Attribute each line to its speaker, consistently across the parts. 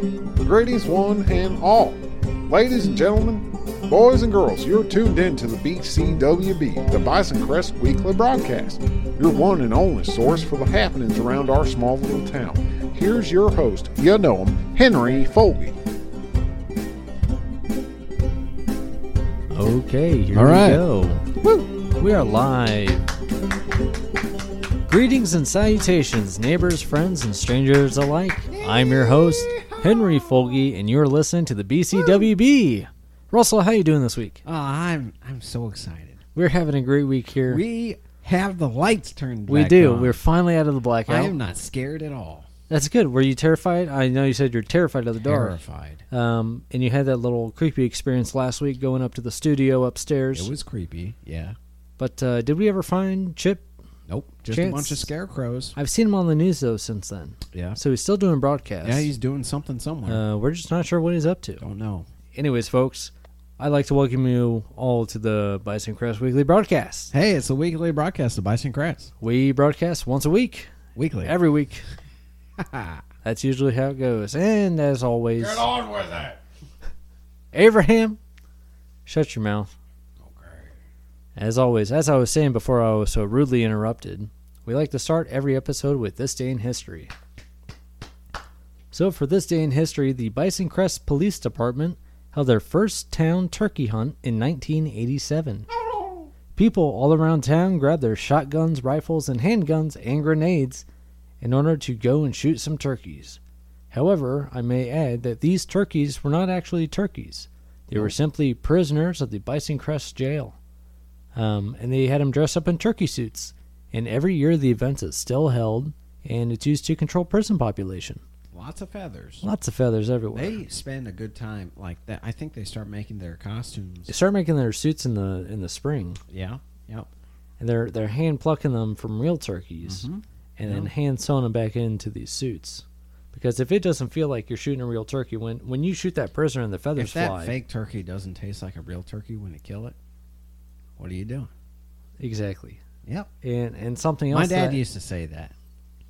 Speaker 1: greetings, one and all. Ladies and gentlemen, boys and girls, you're tuned in to the BCWB, the Bison Crest Weekly Broadcast, your one and only source for the happenings around our small little town. Here's your host, you know him, Henry Foley.
Speaker 2: Okay, here
Speaker 3: All
Speaker 2: we
Speaker 3: right.
Speaker 2: go. We are live. Greetings and salutations, neighbors, friends, and strangers alike. I'm your host, Henry Folge, and you're listening to the BCWB. Russell, how you doing this week?
Speaker 3: Oh, I'm I'm so excited.
Speaker 2: We're having a great week here.
Speaker 3: We have the lights turned.
Speaker 2: We
Speaker 3: back
Speaker 2: do.
Speaker 3: on.
Speaker 2: We're finally out of the blackout.
Speaker 3: I am not scared at all.
Speaker 2: That's good. Were you terrified? I know you said you're terrified of the dark.
Speaker 3: Terrified.
Speaker 2: Um, and you had that little creepy experience last week going up to the studio upstairs.
Speaker 3: It was creepy. Yeah.
Speaker 2: but uh, did we ever find Chip?
Speaker 3: Nope. Just a
Speaker 2: Chance-
Speaker 3: bunch of scarecrows.
Speaker 2: I've seen him on the news though since then.
Speaker 3: Yeah.
Speaker 2: So he's still doing broadcasts.
Speaker 3: Yeah, he's doing something somewhere.
Speaker 2: Uh, we're just not sure what he's up to.
Speaker 3: Don't know.
Speaker 2: Anyways, folks, I'd like to welcome you all to the Bison Crest Weekly Broadcast.
Speaker 3: Hey, it's a weekly broadcast of Bison Crats.
Speaker 2: We broadcast once a week,
Speaker 3: Weekly.
Speaker 2: every week. That's usually how it goes. And as always,
Speaker 1: on with it.
Speaker 2: Abraham, shut your mouth.
Speaker 3: Oh,
Speaker 2: As always, as I was saying before I was so rudely interrupted, we like to start every episode with This Day in History. So, for This Day in History, the Bison Crest Police Department held their first town turkey hunt in 1987. People all around town grabbed their shotguns, rifles, and handguns and grenades in order to go and shoot some turkeys. However, I may add that these turkeys were not actually turkeys. They were simply prisoners of the Bison Crest Jail. Um, and they had them dress up in turkey suits. And every year the event is still held, and it's used to control prison population.
Speaker 3: Lots of feathers.
Speaker 2: Lots of feathers everywhere. They,
Speaker 3: They spend a good time like that. I think they start making their costumes.
Speaker 2: start making their suits in the in the spring,
Speaker 3: Yeah. Yep.
Speaker 2: and they're they're hand plucking them from real turkeys,
Speaker 3: Mm-hmm.
Speaker 2: and then hand sewing them back into these suits. Because if it doesn't feel like you're shooting a real turkey, when when you shoot that prisoner and the feathers
Speaker 3: If that
Speaker 2: fly,
Speaker 3: fake turkey doesn't taste like a real turkey when you kill it, what are you doing?
Speaker 2: exactly.
Speaker 3: Yep.
Speaker 2: And and something else.
Speaker 3: My dad
Speaker 2: that-
Speaker 3: used to say that.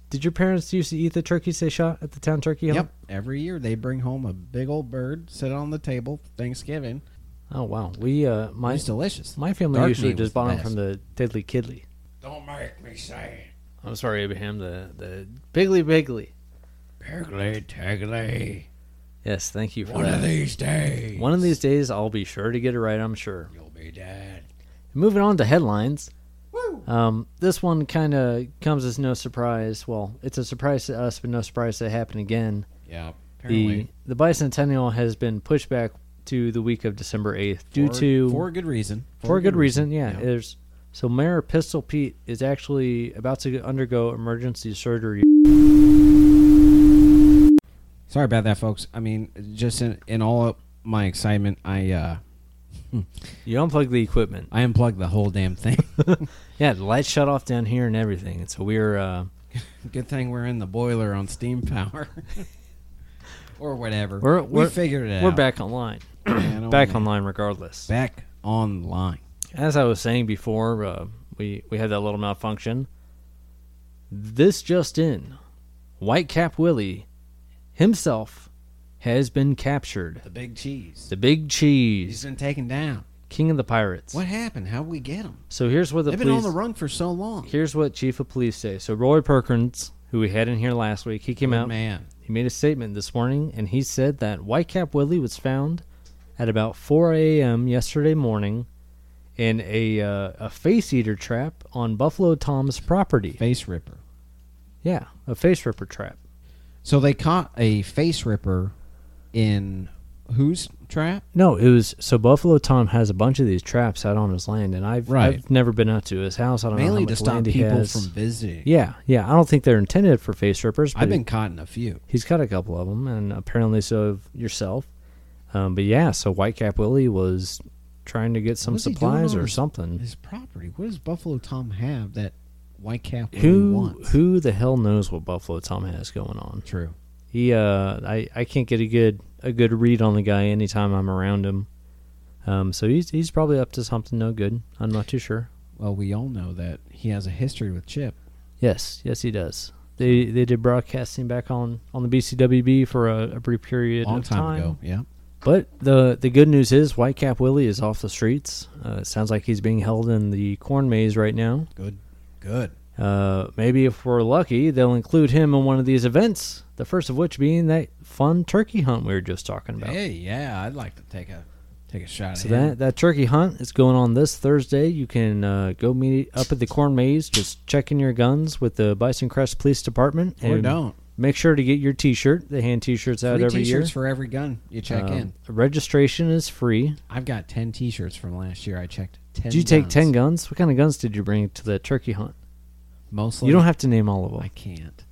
Speaker 2: Did your parents used to eat the turkeys they shot at the town turkey hunt?
Speaker 3: Yep. Every year they bring home a big old bird, sit it on the table Thanksgiving.
Speaker 2: Oh wow, we uh my
Speaker 3: It's delicious.
Speaker 2: my family
Speaker 3: Dark
Speaker 2: usually
Speaker 3: meat was
Speaker 2: just bought them
Speaker 3: the
Speaker 2: from the Diddly Kiddly.
Speaker 1: Don't make me say
Speaker 2: I'm sorry, Abraham. The the Biggly Biggly.
Speaker 1: Piggly Tiggly.
Speaker 2: Yes, thank you for
Speaker 1: One
Speaker 2: that.
Speaker 1: of these days,
Speaker 2: One of these days, I'll be sure to get it right. I'm sure.
Speaker 1: you'll be dead.
Speaker 2: Moving on to headlines.
Speaker 3: Woo!
Speaker 2: Um, this one kind of comes as no surprise. Well, it's a surprise to us, but no surprise that it happened again.
Speaker 3: Yeah.
Speaker 2: The,
Speaker 3: Apparently.
Speaker 2: the bicentennial has been pushed back to the week of December 8th due
Speaker 3: for,
Speaker 2: to
Speaker 3: for a good reason.
Speaker 2: for a good reason. Yeah,
Speaker 3: Yeah.
Speaker 2: there's so Mayor Pistol Pete is actually about to undergo emergency surgery.
Speaker 3: Sorry about that, folks. I mean, just in, in all of my excitement, I uh,
Speaker 2: You unplug the equipment.
Speaker 3: I unplugged the whole damn thing.
Speaker 2: Yeah, the lights shut off down here and everything. And so we're uh,
Speaker 3: good thing we're in the boiler on steam power. or whatever.
Speaker 2: we're,
Speaker 3: we
Speaker 2: we're
Speaker 3: figured it out.
Speaker 2: We're back online.
Speaker 3: Man, oh
Speaker 2: back
Speaker 3: man.
Speaker 2: online regardless.
Speaker 3: Back online.
Speaker 2: As I was saying before, uh, we we had that little malfunction. This just in, Whitecap Willie himself has been captured.
Speaker 3: The big cheese.
Speaker 2: The Big
Speaker 3: He's
Speaker 2: Cheese,
Speaker 3: been taken down.
Speaker 2: King of the Pirates.
Speaker 3: What happened? How'd we get him?
Speaker 2: So here's what the
Speaker 3: They've
Speaker 2: police.
Speaker 3: been on the run for so long.
Speaker 2: here's what chief of police say. So Roy Perkins, who we had in here last week, he came out.
Speaker 3: Man.
Speaker 2: He made a statement this morning, and he said that Whitecap Willie was found at about 4 a.m. yesterday morning in a uh, a face eater trap on Buffalo Tom's property.
Speaker 3: Face ripper.
Speaker 2: Yeah, a face ripper trap.
Speaker 3: So they caught a face ripper in whose trap?
Speaker 2: No, it was so Buffalo Tom has a bunch of these traps out on his land, and I've
Speaker 3: Right.
Speaker 2: I've never been out to his house. I don't know how
Speaker 3: Mainly
Speaker 2: much
Speaker 3: to stop
Speaker 2: land he
Speaker 3: people
Speaker 2: has.
Speaker 3: from visiting.
Speaker 2: Yeah, yeah. I don't think they're intended for face rippers. But
Speaker 3: I've been caught in a few.
Speaker 2: he's got a couple of them, and apparently so have yourself. Um, but yeah, so Whitecap Willie was trying to get some
Speaker 3: What's he doing
Speaker 2: supplies
Speaker 3: on
Speaker 2: or
Speaker 3: his-
Speaker 2: something.
Speaker 3: His property. What does Buffalo Tom have that White Cap really
Speaker 2: Who
Speaker 3: wants?
Speaker 2: who the hell knows what Buffalo Tom has going on?
Speaker 3: True.
Speaker 2: He uh, I, I can't get a good a good read on the guy anytime I'm around him. Um, so he's he's probably up to something no good. I'm not too sure.
Speaker 3: Well, we all know that he has a history with Chip.
Speaker 2: Yes, yes he does. They they did broadcasting back on on the BCWB for a, a brief period
Speaker 3: Long
Speaker 2: of
Speaker 3: time, ago. Yeah.
Speaker 2: But the the good news is Whitecap Willie is off the streets. Uh, it sounds like he's being held in the corn maze right now.
Speaker 3: Good. Good.
Speaker 2: Uh, maybe if we're lucky, they'll include him in one of these events. The first of which being that fun turkey hunt we were just talking about.
Speaker 3: Hey, yeah, I'd like to take a take a shot
Speaker 2: So
Speaker 3: at him.
Speaker 2: that that turkey hunt is going on this Thursday. You can uh, go meet up at the corn maze. Just check in your guns with the Bison Crest Police Department,
Speaker 3: or don't.
Speaker 2: make sure to get your T-shirt. They hand T-shirts out
Speaker 3: Free
Speaker 2: every
Speaker 3: t-shirts
Speaker 2: year.
Speaker 3: for every Oh. gun you check
Speaker 2: Um,
Speaker 3: in.
Speaker 2: Registration is free.
Speaker 3: I've got ten T-shirts from last year. I checked ten.
Speaker 2: Did you take
Speaker 3: guns.
Speaker 2: ten guns? What kind of guns did you bring to the turkey hunt?
Speaker 3: Mostly.
Speaker 2: You don't have to name all of
Speaker 3: I
Speaker 2: them.
Speaker 3: can't.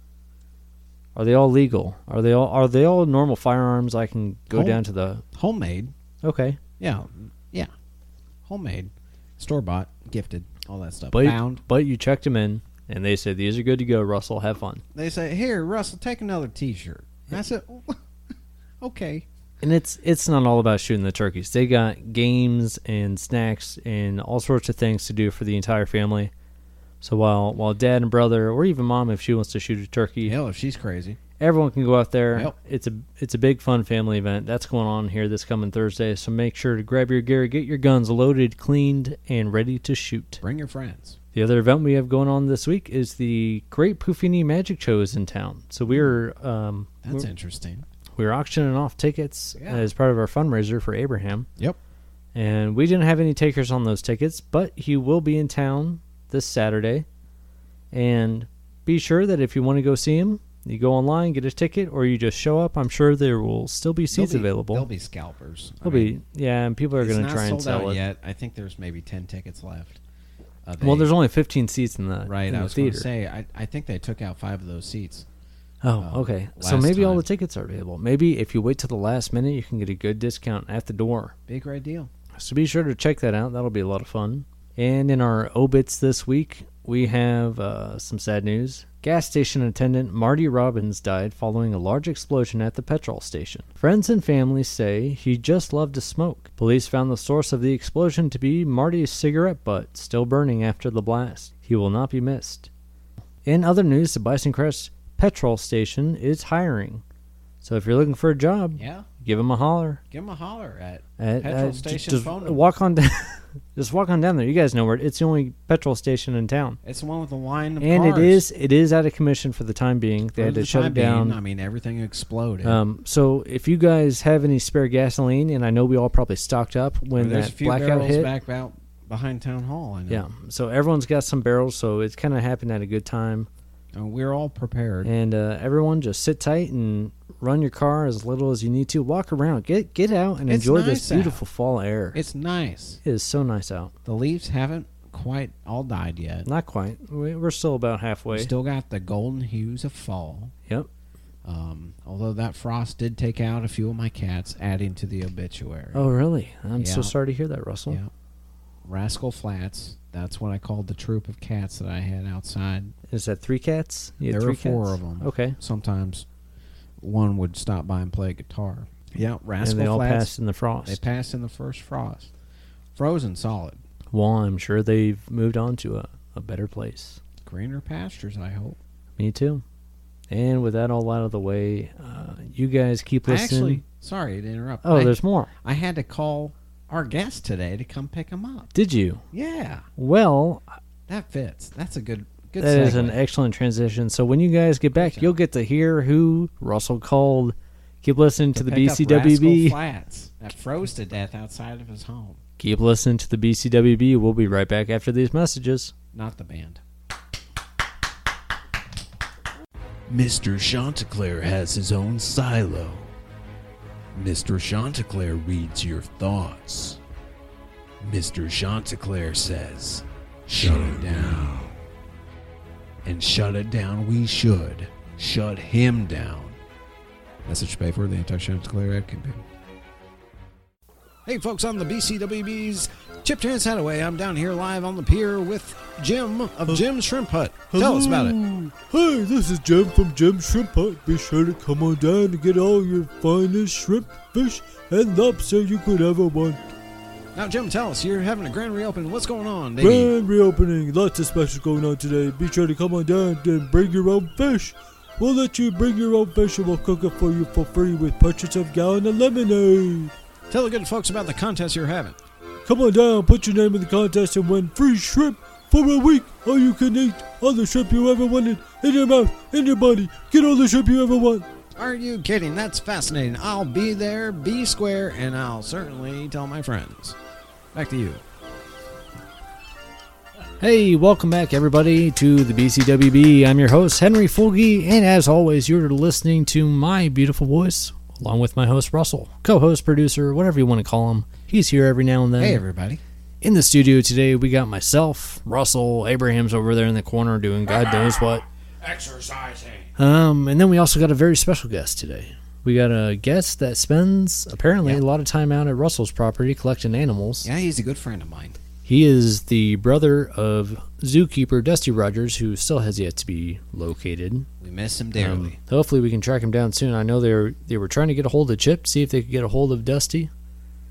Speaker 2: Are they all legal? Are they all are they all normal firearms? I can go
Speaker 3: Home-
Speaker 2: down to the
Speaker 3: Homemade.
Speaker 2: okay.
Speaker 3: Yeah, yeah. Homemade, store bought, gifted, all that stuff.
Speaker 2: But
Speaker 3: Found.
Speaker 2: but you checked them in, and they said these are good to go. Russell, have fun.
Speaker 3: They say, "Here, Russell, take another T-shirt." And I said, "Okay."
Speaker 2: And it's it's not all about shooting the turkeys. They got games and snacks and all sorts of things to do for the entire family. So while while dad and brother or even mom if she wants to shoot a turkey,
Speaker 3: Hell, if she's crazy.
Speaker 2: everyone can go out there.
Speaker 3: Yep.
Speaker 2: It's a it's a big fun family event that's going on here this coming Thursday. So make sure to grab your gear, get your guns loaded, cleaned, and ready to shoot.
Speaker 3: Bring your friends.
Speaker 2: The other event we have going on this week is the Great Poofini Magic Show is in town. So we're um,
Speaker 3: That's interesting.
Speaker 2: we're auctioning off tickets
Speaker 3: Yeah.
Speaker 2: as part of our fundraiser for Abraham.
Speaker 3: Yep.
Speaker 2: And we didn't have any takers on those tickets, but he will be in town this Saturday. And be sure that if you want to go see him, you go online, get a ticket, or you just show up. I'm sure there will still be seats
Speaker 3: They'll be-
Speaker 2: available.
Speaker 3: They'll be scalpers. I
Speaker 2: They'll
Speaker 3: mean,
Speaker 2: be- yeah, and people are
Speaker 3: it's
Speaker 2: going to
Speaker 3: not
Speaker 2: try and
Speaker 3: sold
Speaker 2: sell
Speaker 3: out
Speaker 2: it.
Speaker 3: yet. I think there's maybe ten tickets left. of
Speaker 2: Well,
Speaker 3: a-
Speaker 2: there's only 15 seats in the
Speaker 3: right.
Speaker 2: in
Speaker 3: I
Speaker 2: the
Speaker 3: was going
Speaker 2: theater.
Speaker 3: to say. I, I think they took out five of those seats.
Speaker 2: oh,
Speaker 3: uh,
Speaker 2: okay. So
Speaker 3: last
Speaker 2: maybe all
Speaker 3: time.
Speaker 2: the tickets are available. Maybe if you wait till the last minute, you can get a good discount at the door.
Speaker 3: Big red deal.
Speaker 2: So be sure to check that out. That'll be a lot of fun. And in our obits this week, we have uh, some sad news. Gas station attendant Marty Robbins died following a large explosion at the petrol station. Friends and family say he just loved to smoke. Police found the source of the explosion to be Marty's cigarette butt, still burning after the blast. He will not be missed. In other news, the Bison Crest petrol station is hiring. So if you're looking for a job,
Speaker 3: Yeah.
Speaker 2: give him a holler.
Speaker 3: Give them a holler at
Speaker 2: At,
Speaker 3: Petrol
Speaker 2: uh, j-
Speaker 3: station
Speaker 2: just
Speaker 3: phone number.
Speaker 2: walk on down. just walk on down there. You guys know where it- it's the only petrol station in town,
Speaker 3: It's the one with the line. Of
Speaker 2: and
Speaker 3: cars.
Speaker 2: it is it is out of commission for the time being. They
Speaker 3: For
Speaker 2: had to
Speaker 3: the
Speaker 2: shut
Speaker 3: time
Speaker 2: it down.
Speaker 3: Being, I mean, everything exploded.
Speaker 2: um, so if you guys have any spare gasoline, and I know we all probably stocked up when
Speaker 3: there's
Speaker 2: that
Speaker 3: a few
Speaker 2: blackout
Speaker 3: barrels
Speaker 2: hit.
Speaker 3: back out behind town hall. I know.
Speaker 2: yeah, so everyone's got some barrels, so it's kind of happened at a good time.
Speaker 3: And we're all prepared.
Speaker 2: And uh, everyone, just sit tight and run your car as little as you need to. Walk around, get get out, and
Speaker 3: It's
Speaker 2: enjoy this
Speaker 3: nice out.
Speaker 2: beautiful fall air.
Speaker 3: It's nice.
Speaker 2: it is so nice out.
Speaker 3: The leaves haven't quite all died yet.
Speaker 2: Not quite. We- We're still about halfway.
Speaker 3: Still got the golden hues of fall.
Speaker 2: Yep.
Speaker 3: Um, although that frost did take out a few of my cats, adding to the obituary.
Speaker 2: Oh, really? I'm so
Speaker 3: Yeah.
Speaker 2: sorry to hear that, Russell.
Speaker 3: Yeah. Rascal Flats. That's what I called the troop of cats that I had outside.
Speaker 2: Is that three cats? You had
Speaker 3: there were
Speaker 2: three
Speaker 3: four
Speaker 2: cats?
Speaker 3: of them.
Speaker 2: Okay.
Speaker 3: Sometimes one would stop by and play guitar. Yeah, Rascal
Speaker 2: and they all
Speaker 3: Flats.
Speaker 2: passed in the frost.
Speaker 3: They passed in the first frost. Frozen solid.
Speaker 2: well, I'm sure they've moved on to a, a better place.
Speaker 3: Greener pastures, I hope.
Speaker 2: Me too. And with that all out of the way, uh, you guys keep
Speaker 3: I
Speaker 2: listening.
Speaker 3: actually, sorry to interrupt.
Speaker 2: oh,
Speaker 3: I,
Speaker 2: there's more.
Speaker 3: I had to call our guest today to come pick him up.
Speaker 2: Did you?
Speaker 3: Yeah,
Speaker 2: Well,
Speaker 3: that fits. That's a good, good
Speaker 2: that is
Speaker 3: segue.
Speaker 2: an excellent transition. So when you guys get back, you'll get to hear who Russell called. Keep listening to, the
Speaker 3: Pick up Rascal
Speaker 2: BCWB.
Speaker 3: Flats that froze to death outside of his home.
Speaker 2: Keep listening to the BCWB. We'll be right back after these messages.
Speaker 3: Not the band.
Speaker 4: Mr. Chanticleer has his own silo. Mr. Chanticleer reads your thoughts. Mr. Chanticleer says, Shut it down. And shut it down we should. Shut him down.
Speaker 3: Message paid for the anti Chanticleer ad campaign. Hey, folks, I'm the BCWB's Chip Chance Hadaway. I'm down here live on the pier with Jim of Jim's Shrimp Hut. Tell us about it.
Speaker 5: Hey, this is Jim from Jim's Shrimp Hut. Be sure to come on down to get all your finest shrimp, fish, and lobster you could ever want.
Speaker 3: Now, Jim, tell us, you're having a grand reopening. What's going on, baby?
Speaker 5: Grand reopening. Lots of specials going on today. Be sure to come on down and bring your own fish. We'll let you bring your own fish and we'll cook it for you for free with purchase of gallon of lemonade.
Speaker 3: Tell the good folks about the contest you're having.
Speaker 5: Come on down, put your name in the contest and win free shrimp for a week. All you can eat, all the shrimp you ever wanted, in your mouth, in your body. Get all the shrimp you ever want.
Speaker 3: Are you kidding? That's fascinating. I'll be there, be square, and I'll certainly tell my friends. Back to you.
Speaker 2: Hey, welcome back, everybody, to the BCWB. I'm your host, Henry Fulge, and as always, you're listening to my beautiful voice, along with my host, Russell, co host, producer, whatever you want to call him. He's here every now and then.
Speaker 3: Hey, everybody.
Speaker 2: in the studio today, we got myself, Russell, Abraham's over there in the corner doing God knows what. Exercising. Um, and then we also got a very special guest today. We got a guest that spends apparently
Speaker 3: Yeah.
Speaker 2: a lot of time out at Russell's property collecting animals.
Speaker 3: Yeah, he's a good friend of mine.
Speaker 2: He is the brother of zookeeper Dusty Rogers, who still has yet to be located.
Speaker 3: We miss him
Speaker 2: Um, hopefully, we can track him down soon. I know they were they were trying to get a hold of Chip, see if they could get a hold of Dusty.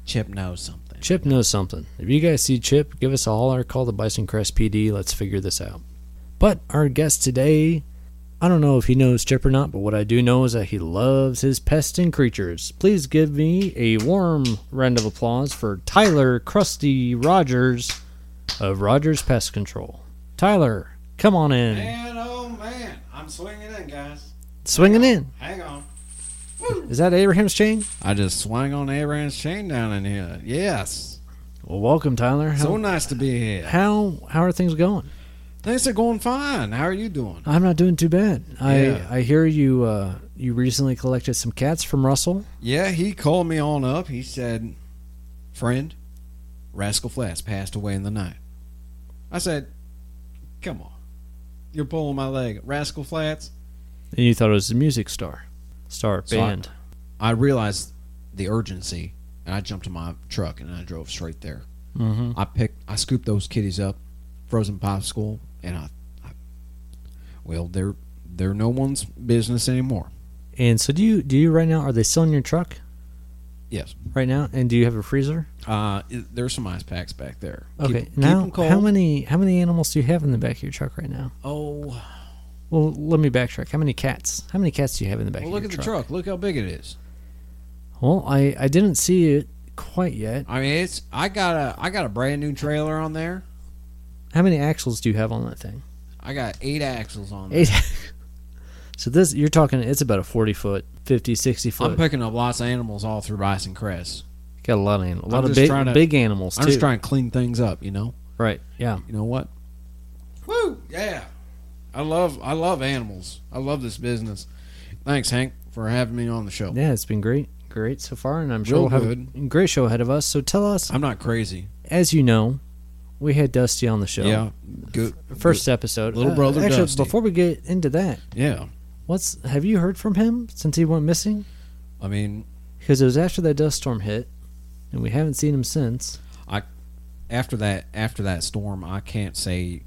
Speaker 3: Chip knows something.
Speaker 2: Chip knows something. If you guys see Chip, give us a holler, call the Bison Crest PD. Let's figure this out. But our guest today, I don't know if he knows Chip or not, but what I do know is that he loves his pests and creatures. Please give me a warm round of applause for Tyler Krusty Rogers of Rogers Pest Control. Tyler, come on in.
Speaker 3: Man, oh man, I'm swinging in, guys.
Speaker 2: Swinging in.
Speaker 3: Hang on.
Speaker 2: Is that Abraham's chain?
Speaker 3: I just swung on Abraham's chain down in here. Yes.
Speaker 2: Well, welcome, Tyler. How,
Speaker 3: So nice to be here.
Speaker 2: how, how are things going?
Speaker 3: Things are going fine. How are you doing?
Speaker 2: I'm not doing too bad.
Speaker 3: Yeah.
Speaker 2: I I hear you uh, you recently collected some cats from Russell.
Speaker 3: Yeah, he called me on up. He said, Friend, Rascal Flats passed away in the night. I said, Come on. You're pulling my leg. Rascal Flats?
Speaker 2: And you thought it was a music star, star
Speaker 3: So I-
Speaker 2: band.
Speaker 3: I realized the urgency, and I jumped in my truck and I drove straight there.
Speaker 2: mm-hmm.
Speaker 3: I picked, I scooped those kitties up, frozen popsicle, and I, I well, they're they're no one's business anymore.
Speaker 2: And so do you do you right now? Are they still in your truck
Speaker 3: Yes,
Speaker 2: right now? And do you have a freezer?
Speaker 3: uh, i- there's some ice packs back there. Keep-
Speaker 2: Okay.
Speaker 3: keep
Speaker 2: now,
Speaker 3: 'em cold.
Speaker 2: how many how many animals do you have in the back of your truck right now?
Speaker 3: Oh,
Speaker 2: Well, let me backtrack. How many cats? How many cats do you have in the back?
Speaker 3: well,
Speaker 2: of
Speaker 3: look
Speaker 2: your
Speaker 3: at the truck. Look how big it is.
Speaker 2: Well, I I didn't see it quite yet.
Speaker 3: I mean, it's I got a I got a brand new trailer on there.
Speaker 2: How many axles do you have on that thing?
Speaker 3: I got eight axles on there.
Speaker 2: Eight. so this you're talking. It's about a forty foot, 50, 60 foot.
Speaker 3: I'm picking up lots of animals all through Rice and Crest.
Speaker 2: Got a lot of animals. A lot of
Speaker 3: just
Speaker 2: big,
Speaker 3: trying to-
Speaker 2: big animals,
Speaker 3: I'm
Speaker 2: too.
Speaker 3: just trying to clean things up, you know.
Speaker 2: Right, yeah.
Speaker 3: You know what? Woo! Yeah, I love I love animals. I love this business. Thanks, Hank, for having me on the show.
Speaker 2: Yeah, it's been great. Great so far, and I'm sure
Speaker 3: Real
Speaker 2: we'll have a
Speaker 3: good.
Speaker 2: great show ahead of us. So tell us,
Speaker 3: I'm not crazy.
Speaker 2: as you know, we had Dusty on the show.
Speaker 3: Yeah, good.
Speaker 2: First episode.
Speaker 3: Little brother
Speaker 2: Actually,
Speaker 3: Dusty.
Speaker 2: before we get into that,
Speaker 3: Yeah,
Speaker 2: what's have you heard from him since he went missing?
Speaker 3: I mean,
Speaker 2: Because it was after that dust storm hit, and we haven't seen him since.
Speaker 3: after that after that storm, I can't say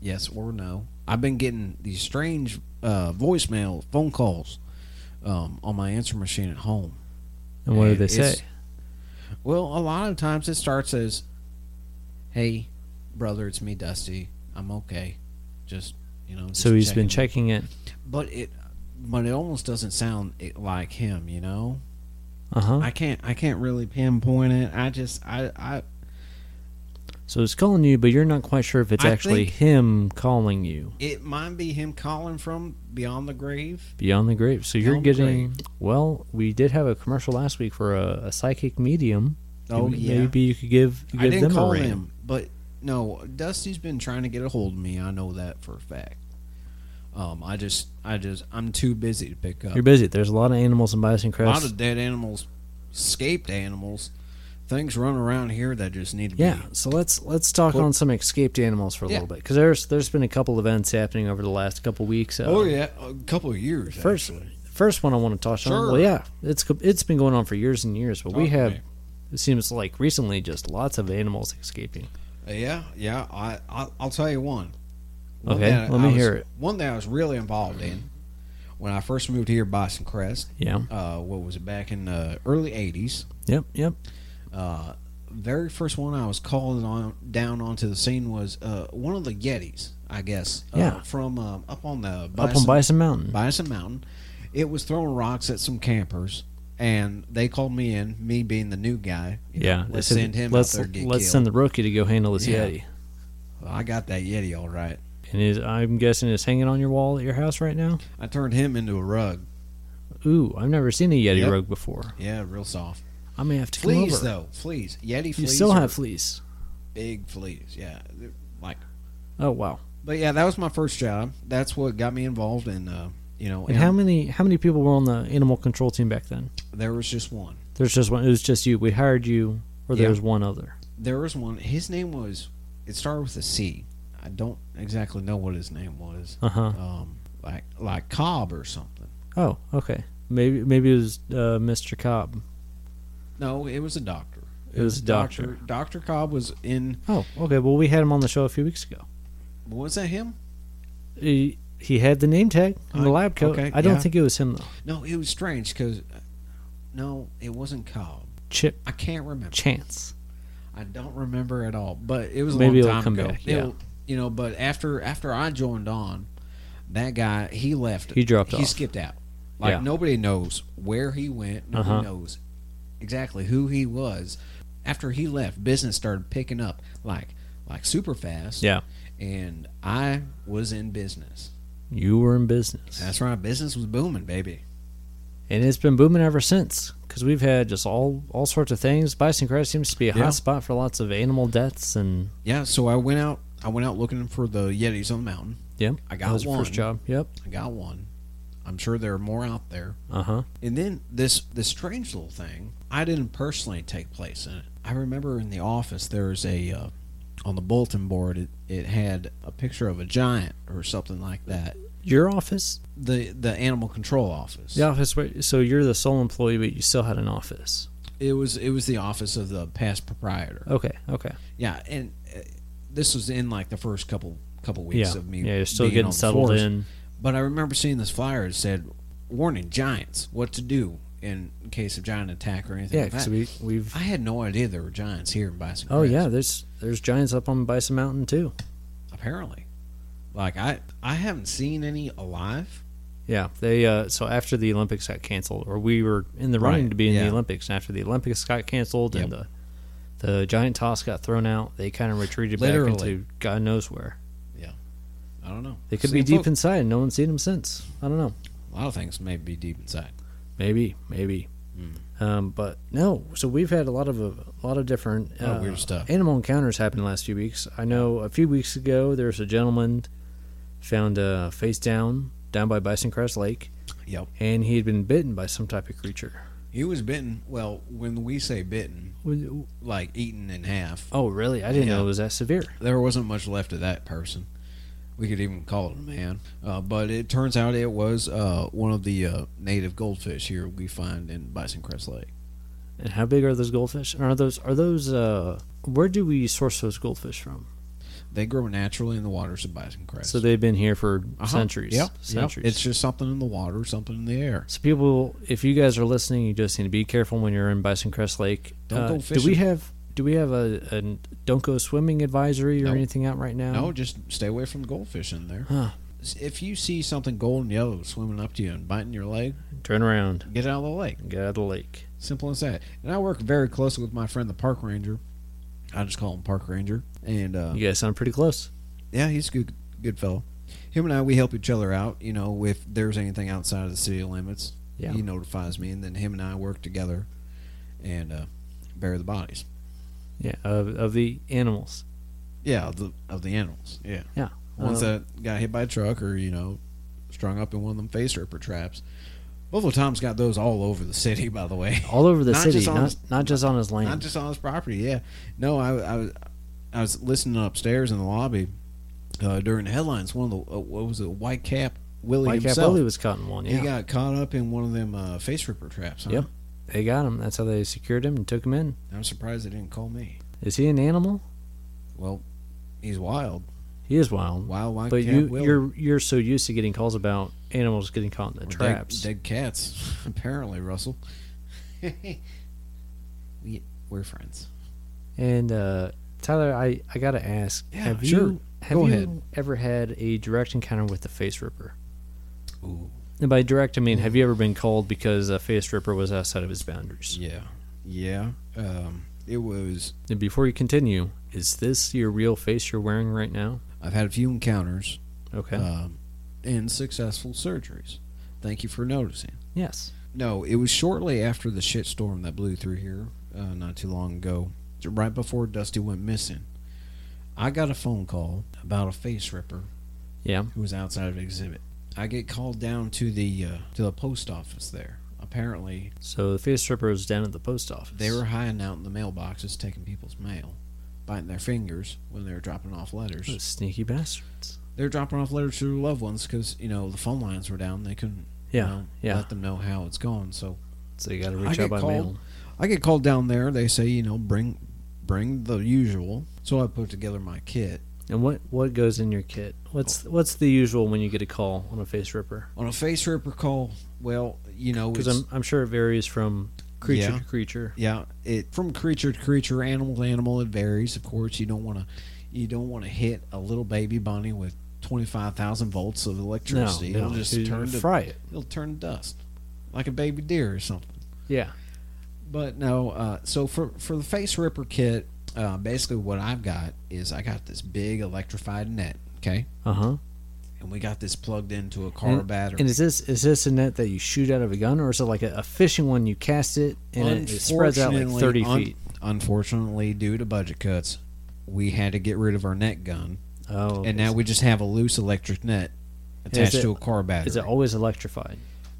Speaker 3: yes or no. I've been getting these strange uh, voicemail phone calls um, on my answer machine at home.
Speaker 2: And what did
Speaker 3: And
Speaker 2: they say?
Speaker 3: it's- Well, a lot of times it starts as, "Hey, brother, it's me, Dusty. I'm okay. Just you know."
Speaker 2: So he's
Speaker 3: he's
Speaker 2: been checking it.
Speaker 3: but it, but it almost doesn't sound it like him. You know,
Speaker 2: Uh huh.
Speaker 3: I can't, I can't really pinpoint it. I just, I, I,
Speaker 2: So he's calling you, but you're not quite sure if it's
Speaker 3: I
Speaker 2: actually
Speaker 3: think-
Speaker 2: him calling you
Speaker 3: it might be him calling from beyond the grave.
Speaker 2: beyond the grave. So you're
Speaker 3: Beyond the
Speaker 2: getting. Well, we did have a commercial last week for a, a psychic medium.
Speaker 3: Oh
Speaker 2: Maybe-
Speaker 3: yeah,
Speaker 2: Maybe you could give give
Speaker 3: I didn't
Speaker 2: them a
Speaker 3: call
Speaker 2: ring.
Speaker 3: him, but no, Dusty's been trying to get a hold of me. I know that for a fact. Um, I just, I just, I'm too busy to pick up.
Speaker 2: You're busy. There's a lot of animals in Bison
Speaker 3: A lot
Speaker 2: Crest.
Speaker 3: of dead animals, escaped animals, things run around here that just need to
Speaker 2: yeah.
Speaker 3: be.
Speaker 2: So let's let's talk
Speaker 3: Well-
Speaker 2: on some escaped animals for a
Speaker 3: Yeah.
Speaker 2: little bit because there's there's been a couple events happening over the last couple weeks. Uh,
Speaker 3: Oh yeah, a couple of years.
Speaker 2: First
Speaker 3: actually.
Speaker 2: first one I want to touch on.
Speaker 3: Sure. Oh,
Speaker 2: Well, yeah, it's co- it's been going on for years and years, but we
Speaker 3: Talk to
Speaker 2: have
Speaker 3: me.
Speaker 2: it seems like recently just lots of animals escaping.
Speaker 3: yeah, yeah. I, I I'll tell you one. One
Speaker 2: Okay,
Speaker 3: that
Speaker 2: let
Speaker 3: I
Speaker 2: me
Speaker 3: was-
Speaker 2: hear it.
Speaker 3: One that I was really involved in when I first moved here, Bison Crest.
Speaker 2: Yeah.
Speaker 3: Uh, what was it back in the early '80s?
Speaker 2: Yep. Yep.
Speaker 3: Uh, very first one I was called on down onto the scene was uh, one of the Yetis, I guess. uh,
Speaker 2: Yeah.
Speaker 3: from um, up on the
Speaker 2: up on Bison Mountain.
Speaker 3: Bison Mountain. It was throwing rocks at some campers, and they called me in. Me being the new guy. you know,
Speaker 2: Yeah, they
Speaker 3: let's
Speaker 2: said,
Speaker 3: send him.
Speaker 2: Let's
Speaker 3: out there and get
Speaker 2: let's
Speaker 3: killed.
Speaker 2: send the rookie to go handle this
Speaker 3: Yeah.
Speaker 2: yeti.
Speaker 3: Well, I got that Yeti all right.
Speaker 2: And is I'm guessing it's hanging on your wall at your house right now.
Speaker 3: I turned him into a rug.
Speaker 2: Ooh, I've never seen a yeti
Speaker 3: Yep.
Speaker 2: rug before.
Speaker 3: Yeah, real soft.
Speaker 2: I may have to come
Speaker 3: Fleas
Speaker 2: over.
Speaker 3: though, fleas. Yeti fleas.
Speaker 2: you still
Speaker 3: are
Speaker 2: have fleas.
Speaker 3: big fleas. Yeah, They're like.
Speaker 2: Oh wow.
Speaker 3: But yeah, that was my first job. That's what got me involved in. Uh, you know,
Speaker 2: And how many how many people were on the animal control team back then?
Speaker 3: there was just one.
Speaker 2: There's just one. It was just you. We hired you, or
Speaker 3: Yeah.
Speaker 2: there was one other.
Speaker 3: There was one. His name was. It started with a C. I don't exactly know what his name was.
Speaker 2: Uh huh.
Speaker 3: Um, like like Cobb or something.
Speaker 2: Oh, okay. Maybe maybe it was uh, Mr. Cobb.
Speaker 3: No, it was a doctor.
Speaker 2: It was a doctor.
Speaker 3: Doctor Cobb was in.
Speaker 2: Oh, okay. Well, we had him on the show a few weeks ago.
Speaker 3: Was that him?
Speaker 2: He, he had the name tag and the
Speaker 3: I-
Speaker 2: lab coat.
Speaker 3: okay,
Speaker 2: I don't
Speaker 3: yeah.
Speaker 2: think it was him though.
Speaker 3: No, it was strange because. No, it wasn't Cobb.
Speaker 2: Chip
Speaker 3: I can't remember.
Speaker 2: Chance.
Speaker 3: I don't remember at all, but it was a
Speaker 2: Maybe
Speaker 3: long
Speaker 2: it'll
Speaker 3: time
Speaker 2: come
Speaker 3: ago.
Speaker 2: back, yeah.
Speaker 3: It'll- You know, but after after I joined on, that guy he left.
Speaker 2: He dropped
Speaker 3: He
Speaker 2: off.
Speaker 3: skipped out. Like
Speaker 2: Yeah.
Speaker 3: nobody knows where he went. Nobody
Speaker 2: Uh-huh.
Speaker 3: knows exactly who he was. After he left, business started picking up like like super fast.
Speaker 2: Yeah.
Speaker 3: and I was in business.
Speaker 2: You were in business.
Speaker 3: That's right, business was booming, baby.
Speaker 2: and it's been booming ever since because we've had just all all sorts of things. Bison Crest seems to be a
Speaker 3: Yeah.
Speaker 2: hot spot for lots of animal deaths, and
Speaker 3: Yeah, so I went out. I went out looking for the Yetis on the mountain.
Speaker 2: yeah,
Speaker 3: I
Speaker 2: that
Speaker 3: got
Speaker 2: was your
Speaker 3: one.
Speaker 2: first job. Yep.
Speaker 3: I got one. I'm sure there are more out there.
Speaker 2: Uh huh.
Speaker 3: And then this this strange little thing, I didn't personally take place in it. I remember in the office there was a uh, on the bulletin board it, it had a picture of a giant or something like that.
Speaker 2: Your office,
Speaker 3: The the animal control office.
Speaker 2: the office. Where, so you're the sole employee, but you still had an office.
Speaker 3: It was it was the office of the past proprietor.
Speaker 2: Okay. Okay.
Speaker 3: Yeah, and uh, this was in like the first couple couple weeks
Speaker 2: yeah.
Speaker 3: of me.
Speaker 2: yeah. You're still
Speaker 3: being on
Speaker 2: getting
Speaker 3: the
Speaker 2: settled
Speaker 3: force.
Speaker 2: in.
Speaker 3: But I remember seeing this flyer that said warning giants, what to do in case of giant attack or anything
Speaker 2: Yeah,
Speaker 3: like that.
Speaker 2: because we we've.
Speaker 3: I had no idea there were giants here in Bison.
Speaker 2: Oh
Speaker 3: Crest,
Speaker 2: yeah, there's there's giants up on Bison Mountain too.
Speaker 3: apparently. Like I, I haven't seen any alive.
Speaker 2: Yeah, they uh, so after the Olympics got canceled, or we were in the running
Speaker 3: Right,
Speaker 2: to be in
Speaker 3: yeah.
Speaker 2: the Olympics, and after the Olympics got canceled and the the giant toss got thrown out, they kind of retreated back
Speaker 3: Literally.
Speaker 2: into God knows where.
Speaker 3: I don't know.
Speaker 2: They could
Speaker 3: Seen
Speaker 2: be deep
Speaker 3: folk.
Speaker 2: inside, and no one's seen them since. I don't know.
Speaker 3: A lot of things may be deep inside.
Speaker 2: Maybe, maybe. Um, but no, so we've had a lot of a, lot of different uh,
Speaker 3: Oh, weird stuff.
Speaker 2: Animal encounters happened the last few weeks. I know a few weeks ago there was a gentleman found uh, face down down by Bison Crest Lake,
Speaker 3: Yep.
Speaker 2: and he had been bitten by some type of creature.
Speaker 3: He was bitten. Well, when we say bitten, like eaten in half,
Speaker 2: Oh, really? I didn't know
Speaker 3: Yeah.
Speaker 2: it was that severe.
Speaker 3: there wasn't much left of that person. We could even call it a man. Uh, but it turns out it was uh, one of the uh, native goldfish here we find in Bison Crest Lake.
Speaker 2: And how big are those goldfish? And are those are those uh where do we source those goldfish from?
Speaker 3: They grow naturally in the waters of Bison Crest.
Speaker 2: So they've been here for
Speaker 3: Uh-huh.
Speaker 2: centuries.
Speaker 3: Yep. yep.
Speaker 2: Centuries.
Speaker 3: It's just something in the water, something in the air.
Speaker 2: so people if you guys are listening, you just need to be careful when you're in Bison Crest Lake.
Speaker 3: Don't
Speaker 2: Uh,
Speaker 3: go
Speaker 2: Do we
Speaker 3: fishing.
Speaker 2: have do we have a, a don't go swimming advisory or
Speaker 3: Nope.
Speaker 2: anything out right now?
Speaker 3: No, just stay away from goldfish in there.
Speaker 2: Huh.
Speaker 3: If you see something gold and yellow swimming up to you and biting your leg,
Speaker 2: Turn around.
Speaker 3: get out of the lake.
Speaker 2: and Get out of the lake.
Speaker 3: Simple as that. And I work very closely with my friend, the park ranger. I just call him Park Ranger. And uh,
Speaker 2: You guys sound pretty close.
Speaker 3: yeah, he's a good, good fellow. Him and I, we help each other out. You know, if there's anything outside of the city limits,
Speaker 2: Yeah.
Speaker 3: he notifies me, and then him and I work together and uh, bury the bodies.
Speaker 2: Yeah. Of of the animals.
Speaker 3: Yeah, of the of the animals. Yeah.
Speaker 2: Yeah.
Speaker 3: Ones
Speaker 2: Uh,
Speaker 3: that got hit by a truck or, you know, strung up in one of them face ripper traps. Buffalo Tom's got those all over the city, by the way.
Speaker 2: all over the
Speaker 3: not
Speaker 2: city,
Speaker 3: just on
Speaker 2: not
Speaker 3: his-
Speaker 2: not just on his land.
Speaker 3: Not just on his property, yeah. No, I, I was I was listening upstairs in the lobby uh, during the headlines. One of the uh, what was it, White Cap Willie
Speaker 2: White Cap
Speaker 3: himself.
Speaker 2: Willie was caught in one. Yeah.
Speaker 3: He got caught up in one of them uh, face ripper traps. Huh?
Speaker 2: Yep. They got him. That's how they secured him and took him in.
Speaker 3: I'm surprised they didn't call me.
Speaker 2: Is he an animal?
Speaker 3: Well, he's wild,
Speaker 2: He is wild.
Speaker 3: wild White
Speaker 2: but
Speaker 3: Cap
Speaker 2: you,
Speaker 3: Willie.
Speaker 2: you're you're so used to getting calls about animals getting caught in the
Speaker 3: Or
Speaker 2: traps.
Speaker 3: Dead, dead cats, apparently, Russell. we, we're friends.
Speaker 2: And uh, Tyler, I, I gotta ask,
Speaker 3: Yeah,
Speaker 2: have
Speaker 3: sure.
Speaker 2: you have
Speaker 3: Go
Speaker 2: you
Speaker 3: ahead.
Speaker 2: ever had a direct encounter with the face ripper?
Speaker 3: Ooh,
Speaker 2: And by direct, I mean, have you ever been called because a face ripper was outside of his boundaries?
Speaker 3: yeah, yeah. Um, it was.
Speaker 2: And before you continue, is this your real face you're wearing right now?
Speaker 3: I've had a few encounters
Speaker 2: Okay.
Speaker 3: um, and successful surgeries. Thank you for noticing.
Speaker 2: yes.
Speaker 3: No, it was shortly after the shitstorm that blew through here uh, not too long ago, right before Dusty went missing. I got a phone call about a face ripper
Speaker 2: Yeah.
Speaker 3: who was outside of exhibit. I get called down to the uh, to the post office there. Apparently,
Speaker 2: So the face ripper was down at the post office.
Speaker 3: they were hiding out in the mailboxes, taking people's mail, biting their fingers when they were dropping off letters.
Speaker 2: Those sneaky bastards.
Speaker 3: They were dropping off letters to their loved ones because you know the phone lines were down. They couldn't
Speaker 2: Yeah.
Speaker 3: you know,
Speaker 2: yeah.
Speaker 3: let them know how it's going. So
Speaker 2: so you got to
Speaker 3: I
Speaker 2: reach
Speaker 3: get
Speaker 2: out by
Speaker 3: called.
Speaker 2: mail.
Speaker 3: I get called down there. They say, you know, bring bring the usual. So I put together my kit.
Speaker 2: And what what goes in your kit? What's
Speaker 3: Oh.
Speaker 2: what's the usual when you get a call on a face ripper?
Speaker 3: On a face ripper call, well, you know,
Speaker 2: Because
Speaker 3: it's-
Speaker 2: I'm I'm sure it varies from creature
Speaker 3: Yeah.
Speaker 2: to creature.
Speaker 3: yeah, it from creature to creature, animal to animal, it varies. Of course, you don't want to you don't want to hit a little baby bunny with twenty five thousand volts of
Speaker 2: No,
Speaker 3: electricity.
Speaker 2: no,
Speaker 3: it'll just
Speaker 2: you
Speaker 3: turn to
Speaker 2: fry it.
Speaker 3: it'll turn to dust like a baby deer or something.
Speaker 2: Yeah.
Speaker 3: But no, uh, so for for the face ripper kit, uh, basically what I've got is I got this big electrified net. Okay.
Speaker 2: Uh huh.
Speaker 3: and we got this plugged into a car
Speaker 2: And,
Speaker 3: battery.
Speaker 2: and is this is this a net that you shoot out of a gun, or is it like a, a fishing one? You cast it and it, it spreads out like
Speaker 3: Unfortunately-
Speaker 2: thirty
Speaker 3: un-
Speaker 2: feet.
Speaker 3: Unfortunately, due to budget cuts, we had to get rid of our net gun,
Speaker 2: Oh,
Speaker 3: and now
Speaker 2: is,
Speaker 3: we just have a loose electric net attached
Speaker 2: it-
Speaker 3: to a car battery.
Speaker 2: is it always electrified?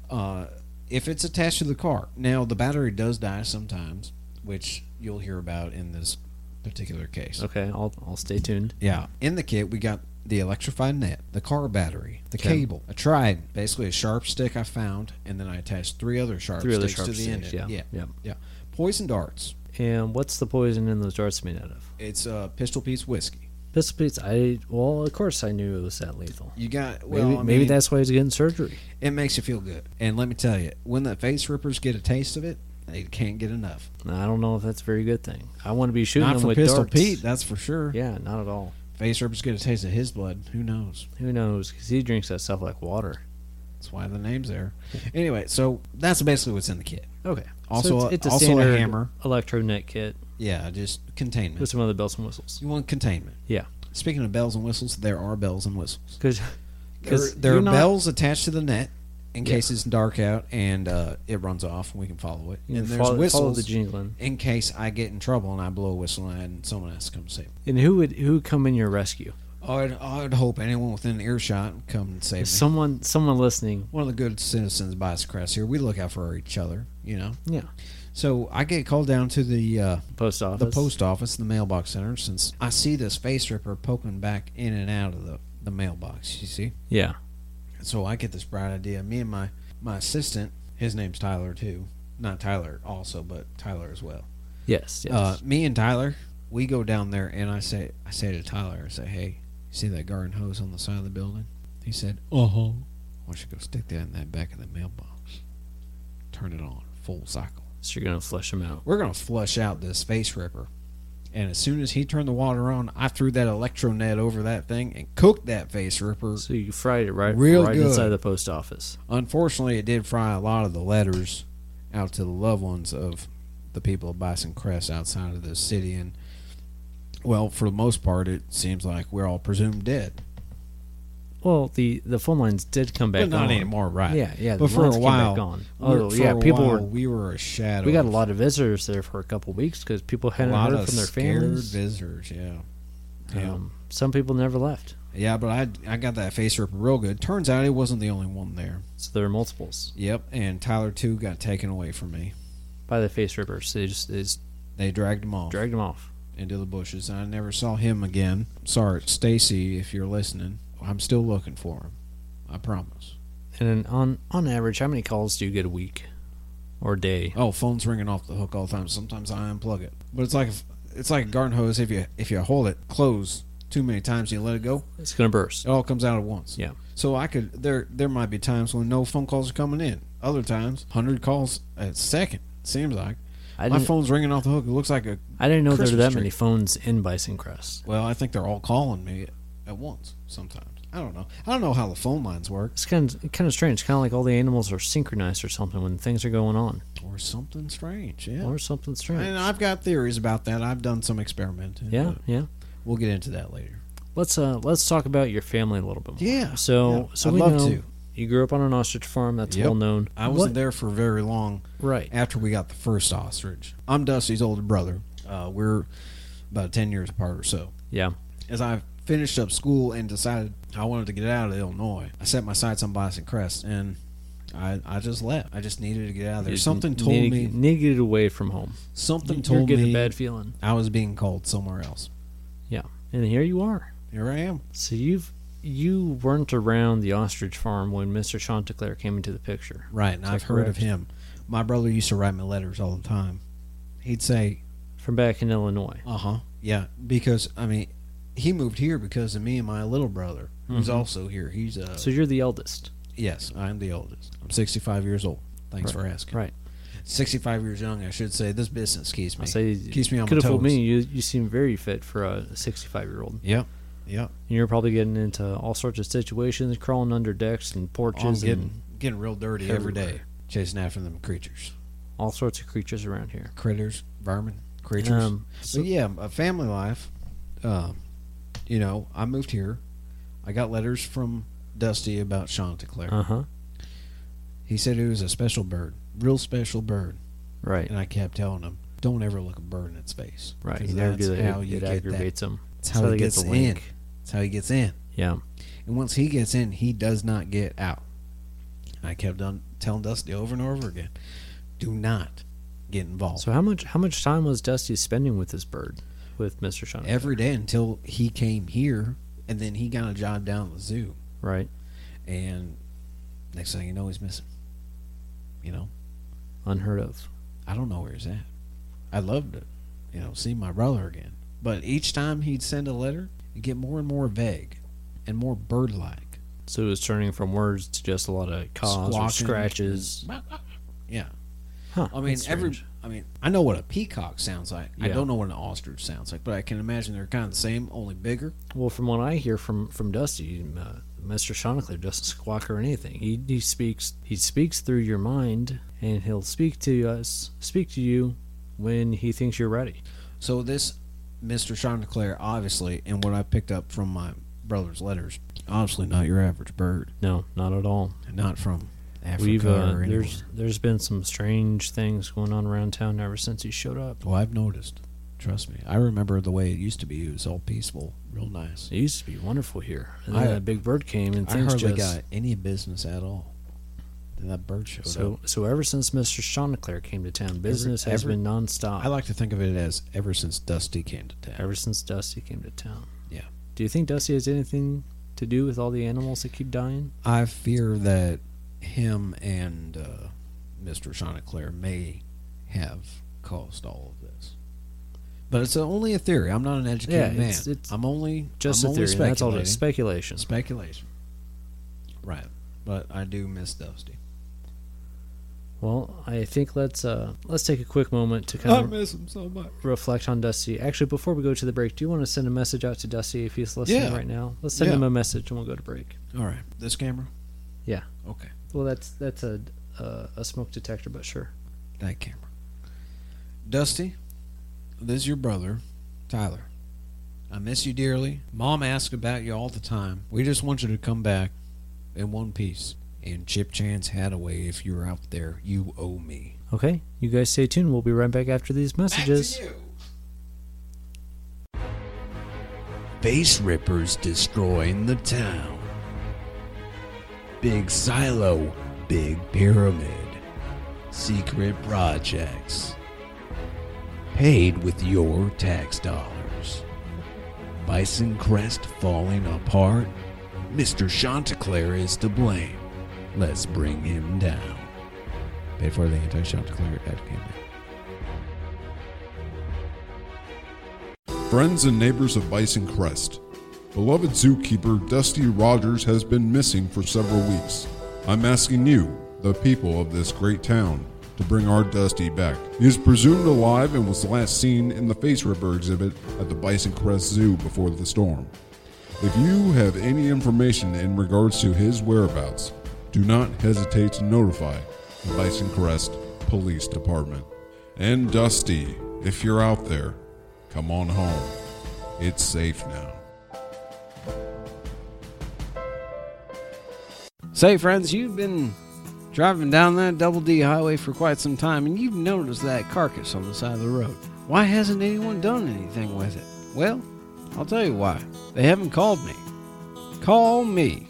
Speaker 3: uh, if it's attached to the car, now the battery does die sometimes, which you'll hear about in this particular case.
Speaker 2: Okay, I'll I'll stay tuned.
Speaker 3: Yeah. In the kit, we got the electrified net, the car battery, the
Speaker 2: Okay.
Speaker 3: cable, a trident, basically a sharp stick I found, and then I attached three other sharp
Speaker 2: Three other
Speaker 3: sticks
Speaker 2: sharp
Speaker 3: to the end.
Speaker 2: sticks.
Speaker 3: of it.
Speaker 2: Yeah,
Speaker 3: yeah.
Speaker 2: yeah.
Speaker 3: Yeah. Poison darts.
Speaker 2: And what's the poison in those darts made out of?
Speaker 3: It's uh, pistol piece whiskey.
Speaker 2: Pistol Pete's. I well, of course I knew it was that lethal.
Speaker 3: You got
Speaker 2: Maybe
Speaker 3: well. I
Speaker 2: maybe
Speaker 3: mean,
Speaker 2: that's why he's getting surgery.
Speaker 3: it makes you feel good. And let me tell you, when the face rippers get a taste of it, they can't get enough.
Speaker 2: I don't know if that's a very good thing. I want to be shooting
Speaker 3: Not
Speaker 2: them
Speaker 3: for
Speaker 2: with
Speaker 3: Pistol
Speaker 2: darts.
Speaker 3: Pete, that's for sure.
Speaker 2: Yeah, not at all.
Speaker 3: Face rippers get a taste of his blood. Who knows?
Speaker 2: Who knows? Because he drinks that stuff like water.
Speaker 3: That's why the name's there. anyway, so that's basically what's in the kit.
Speaker 2: Okay.
Speaker 3: Also
Speaker 2: so
Speaker 3: a-
Speaker 2: it's, it's a
Speaker 3: also a
Speaker 2: standard
Speaker 3: hammer.
Speaker 2: electro net kit
Speaker 3: Yeah, just containment.
Speaker 2: with some other bells and whistles.
Speaker 3: You want containment.
Speaker 2: Yeah.
Speaker 3: Speaking of bells and whistles, there are bells and whistles.
Speaker 2: Because
Speaker 3: There, there are bells attached to the net in case it's dark out and uh, it runs off and we can follow it. and
Speaker 2: and
Speaker 3: there's
Speaker 2: follow, follow
Speaker 3: whistles
Speaker 2: the jingling.
Speaker 3: in case I get in trouble and I blow a whistle and someone has to come save me.
Speaker 2: And who would who would come in your rescue?
Speaker 3: I'd, I'd hope anyone within earshot would come and save me.
Speaker 2: Someone someone listening.
Speaker 3: One of the good citizens by Crest here, we look out for each other, you know.
Speaker 2: Yeah.
Speaker 3: So I get called down to the uh,
Speaker 2: Post office.
Speaker 3: the post office, the mailbox center, since I see this face ripper poking back in and out of the, the mailbox, you see.
Speaker 2: Yeah.
Speaker 3: So I get this bright idea. Me and my my assistant, his name's Tyler too, not Tyler also, but Tyler as well.
Speaker 2: Yes. Yes.
Speaker 3: Uh, me and Tyler, we go down there, and I say I say to Tyler, I say, "Hey, you see that garden hose on the side of the building?" He said, "Uh huh." Why don't you go stick that in that back of the mailbox? Turn it on, full cycle.
Speaker 2: so you're gonna flush them out.
Speaker 3: We're gonna flush out this face ripper. And as soon as he turned the water on, I threw that electro net over that thing and cooked that face ripper.
Speaker 2: So you fried it right
Speaker 3: Real
Speaker 2: right
Speaker 3: good.
Speaker 2: inside the post office.
Speaker 3: Unfortunately, it did fry a lot of the letters out to the loved ones of the people of Bison Crest outside of the city. And, well, for the most part, it seems like we're all presumed dead.
Speaker 2: Well, the the phone lines did come back
Speaker 3: but not
Speaker 2: on.
Speaker 3: anymore, right?
Speaker 2: Yeah, yeah. The
Speaker 3: But for
Speaker 2: lines
Speaker 3: a
Speaker 2: came
Speaker 3: while,
Speaker 2: back on.
Speaker 3: we're-
Speaker 2: Oh
Speaker 3: for
Speaker 2: yeah,
Speaker 3: a
Speaker 2: people
Speaker 3: while,
Speaker 2: were
Speaker 3: we were a shadow.
Speaker 2: We got a
Speaker 3: of
Speaker 2: lot of visitors there for a couple weeks because people
Speaker 3: a
Speaker 2: hadn't
Speaker 3: lot
Speaker 2: heard
Speaker 3: of
Speaker 2: from their
Speaker 3: scared
Speaker 2: families.
Speaker 3: visitors, yeah. Yeah.
Speaker 2: Um, some people never left,
Speaker 3: yeah, but I I got that face rip real good. Turns out it wasn't the only one there.
Speaker 2: so there are multiples
Speaker 3: Yep, and Tyler too got taken away from me.
Speaker 2: by the face rippers. They just, they just
Speaker 3: They dragged him off.
Speaker 2: dragged them off.
Speaker 3: into the bushes, and I never saw him again. Sorry, Stacy, if you're listening, I'm still looking for him. I promise.
Speaker 2: And then on on average, how many calls do you get a week or a day?
Speaker 3: Oh, phone's ringing off the hook all the time. Sometimes I unplug it, but it's like a, it's like a garden hose. If you if you hold it close too many times, and you let it go,
Speaker 2: It's gonna burst.
Speaker 3: it all comes out at once.
Speaker 2: Yeah.
Speaker 3: So I could there there might be times when no phone calls are coming in. Other times, hundred calls a second seems like.
Speaker 2: I
Speaker 3: My
Speaker 2: didn't,
Speaker 3: phone's ringing off the hook. It looks like a.
Speaker 2: I didn't know there were
Speaker 3: Christmas
Speaker 2: that many phones in Bison Crest.
Speaker 3: Well, I think they're all calling me at once sometimes. I don't know. I don't know how the phone lines work
Speaker 2: It's kind of, kind of strange. Kind of like all the animals are synchronized or something when things are going on
Speaker 3: or something strange. Yeah.
Speaker 2: or something strange.
Speaker 3: And I've got theories about that. I've done some experimenting.
Speaker 2: yeah,
Speaker 3: but
Speaker 2: yeah.
Speaker 3: We'll get into that later.
Speaker 2: Let's uh let's talk about your family a little bit more.
Speaker 3: Yeah.
Speaker 2: So
Speaker 3: yeah.
Speaker 2: so
Speaker 3: I'd
Speaker 2: we
Speaker 3: love
Speaker 2: know
Speaker 3: to.
Speaker 2: you grew up on an ostrich farm. That's
Speaker 3: Yep.
Speaker 2: well known.
Speaker 3: I wasn't there for very long
Speaker 2: there. Right.
Speaker 3: after we got the first ostrich. I'm Dusty's older brother. Uh, we're about 10 years apart or so.
Speaker 2: Yeah.
Speaker 3: As I finished up school and decided I wanted to get out of Illinois, I set my sights on Bison Crest and I, I just left. I just needed to get out of there. Something told
Speaker 2: Needed-
Speaker 3: me.
Speaker 2: needed it away from home.
Speaker 3: Something
Speaker 2: You're
Speaker 3: told
Speaker 2: getting
Speaker 3: me
Speaker 2: a bad feeling.
Speaker 3: I was being called somewhere else.
Speaker 2: Yeah. And here you are.
Speaker 3: Here I am.
Speaker 2: So you've you weren't around the ostrich farm when Mr. Chanticleer came into the picture.
Speaker 3: Right, and
Speaker 2: Is that
Speaker 3: I've heard of
Speaker 2: correct?
Speaker 3: him. My brother used to write me letters all the time. He'd say,
Speaker 2: From back in Illinois.
Speaker 3: "Uh huh, yeah," because I mean, he moved here because of me and my little brother, who's also here. He's uh,
Speaker 2: Mm-hmm. So you're the eldest.
Speaker 3: yes, I'm the oldest. I'm 65 years old. Thanks for asking.
Speaker 2: Right.
Speaker 3: 65 years young, I should say. This business keeps me
Speaker 2: I say
Speaker 3: keeps me on
Speaker 2: could
Speaker 3: my
Speaker 2: have
Speaker 3: toes.
Speaker 2: fooled me. You you seem very fit for a 65 year old.
Speaker 3: Yep, yep.
Speaker 2: And you're probably getting into all sorts of situations, crawling under decks and porches
Speaker 3: Oh, I'm
Speaker 2: and
Speaker 3: getting getting real dirty every day,
Speaker 2: Everywhere.
Speaker 3: chasing after them creatures,
Speaker 2: all sorts of creatures around here.
Speaker 3: critters, vermin, creatures.
Speaker 2: Um,
Speaker 3: So
Speaker 2: so-
Speaker 3: yeah, a family life. Um, you know, I moved here. I got letters from Dusty about Chanticleer.
Speaker 2: uh huh.
Speaker 3: He said it was a special bird, real special bird,
Speaker 2: Right.
Speaker 3: and I kept telling him, "Don't ever look a bird in its face."
Speaker 2: Right.
Speaker 3: 'Cause
Speaker 2: You never do
Speaker 3: that's
Speaker 2: that.
Speaker 3: How
Speaker 2: it,
Speaker 3: you
Speaker 2: it
Speaker 3: get that.
Speaker 2: aggravates them.
Speaker 3: That's how, he gets, in. That's how he gets in.
Speaker 2: Yeah.
Speaker 3: And once he gets in, he does not get out. I kept on telling Dusty over and over again, "Do not get involved."
Speaker 2: So how much how much time was Dusty spending with this bird, with Mister Sean?
Speaker 3: every day until he came here, and then he got a job down at the zoo.
Speaker 2: right.
Speaker 3: And next thing you know, he's missing. You know,
Speaker 2: Unheard of.
Speaker 3: I don't know where he's at. I loved it, you know, see my brother again. But each time he'd send a letter, it'd get more and more vague and more bird like.
Speaker 2: So it was turning from words to just a lot of caws or scratches.
Speaker 3: Yeah.
Speaker 2: Huh,
Speaker 3: I mean,
Speaker 2: that's
Speaker 3: every.
Speaker 2: strange.
Speaker 3: I mean, I know what a peacock sounds like. I
Speaker 2: Yeah.
Speaker 3: don't know what an ostrich sounds like, but I can imagine they're kind of the same, only bigger.
Speaker 2: Well, from what I hear from from Dusty, uh, Mister Shonacler doesn't squawk or anything. He he speaks he speaks through your mind, and he'll speak to us speak to you when he thinks you're ready.
Speaker 3: So this Mr. Sean DeClaire, obviously, and what I picked up from my brother's letters, obviously not your average bird,
Speaker 2: No, not at all.
Speaker 3: and not from Africa
Speaker 2: We've uh,
Speaker 3: or anywhere.
Speaker 2: there's there's been some strange things going on around town ever since he showed up.
Speaker 3: Well, I've noticed. Trust me, I remember the way it used to be. It was all peaceful, real nice.
Speaker 2: It used to be wonderful here, and then
Speaker 3: I-
Speaker 2: that big bird came and
Speaker 3: I
Speaker 2: things
Speaker 3: hardly
Speaker 2: just
Speaker 3: got any business at all. Then that bird showed up.
Speaker 2: so so. Ever since Mister Shonacler came to town, business has
Speaker 3: every-
Speaker 2: been nonstop.
Speaker 3: I like to think of it as ever since Dusty came to town.
Speaker 2: ever since Dusty came to town.
Speaker 3: Yeah.
Speaker 2: Do you think Dusty has anything to do with all the animals that keep dying?
Speaker 3: I fear that him and uh, Mr. Sean Eclair may have caused all of this. But it's only a theory. I'm not an educated
Speaker 2: Yeah,
Speaker 3: man.
Speaker 2: it's- it's
Speaker 3: I'm only
Speaker 2: Just
Speaker 3: I'm
Speaker 2: a
Speaker 3: only
Speaker 2: theory. and That's all
Speaker 3: speculating.
Speaker 2: just speculation.
Speaker 3: speculation. Right. But I do miss Dusty.
Speaker 2: Well, I think let's uh let's take a quick moment to kind of
Speaker 3: miss him so much.
Speaker 2: reflect on Dusty. Actually, before we go to the break, do you want to send a message out to Dusty if he's listening
Speaker 3: Yeah.
Speaker 2: right now? Let's send
Speaker 3: Yeah.
Speaker 2: him a message and we'll go to break.
Speaker 3: All right. This camera?
Speaker 2: Yeah.
Speaker 3: Okay.
Speaker 2: Well, that's that's a uh, a smoke detector, but sure.
Speaker 3: That camera. Dusty, this is your brother, Tyler. I miss you dearly. Mom asks about you all the time. We just want you to come back in one piece. And Chip Chance Hadaway, if you're out there, you owe me.
Speaker 2: Okay, you guys stay tuned. We'll be right back after these messages.
Speaker 4: Face Rippers destroying the town. Big Silo, Big Pyramid. Secret projects. Paid with your tax dollars. Bison Crest falling apart. Mr. Chanticleer is to blame. Let's bring him down.
Speaker 3: Paid for the anti Chanticleer ad campaign.
Speaker 6: Friends and neighbors of Bison Crest, beloved zookeeper Dusty Rogers has been missing for several weeks. I'm asking you, the people of this great town, to bring our Dusty back. He is presumed alive and was last seen in the Face Ripper exhibit at the Bison Crest Zoo before the storm. If you have any information in regards to his whereabouts, do not hesitate to notify the Bison Crest Police Department. And Dusty, if you're out there, come on home. It's safe now.
Speaker 3: Say, friends, you've been driving down that double D highway for quite some time and you've noticed that carcass on the side of the road. Why hasn't anyone done anything with it? Well, I'll tell you why. They haven't called me. Call me.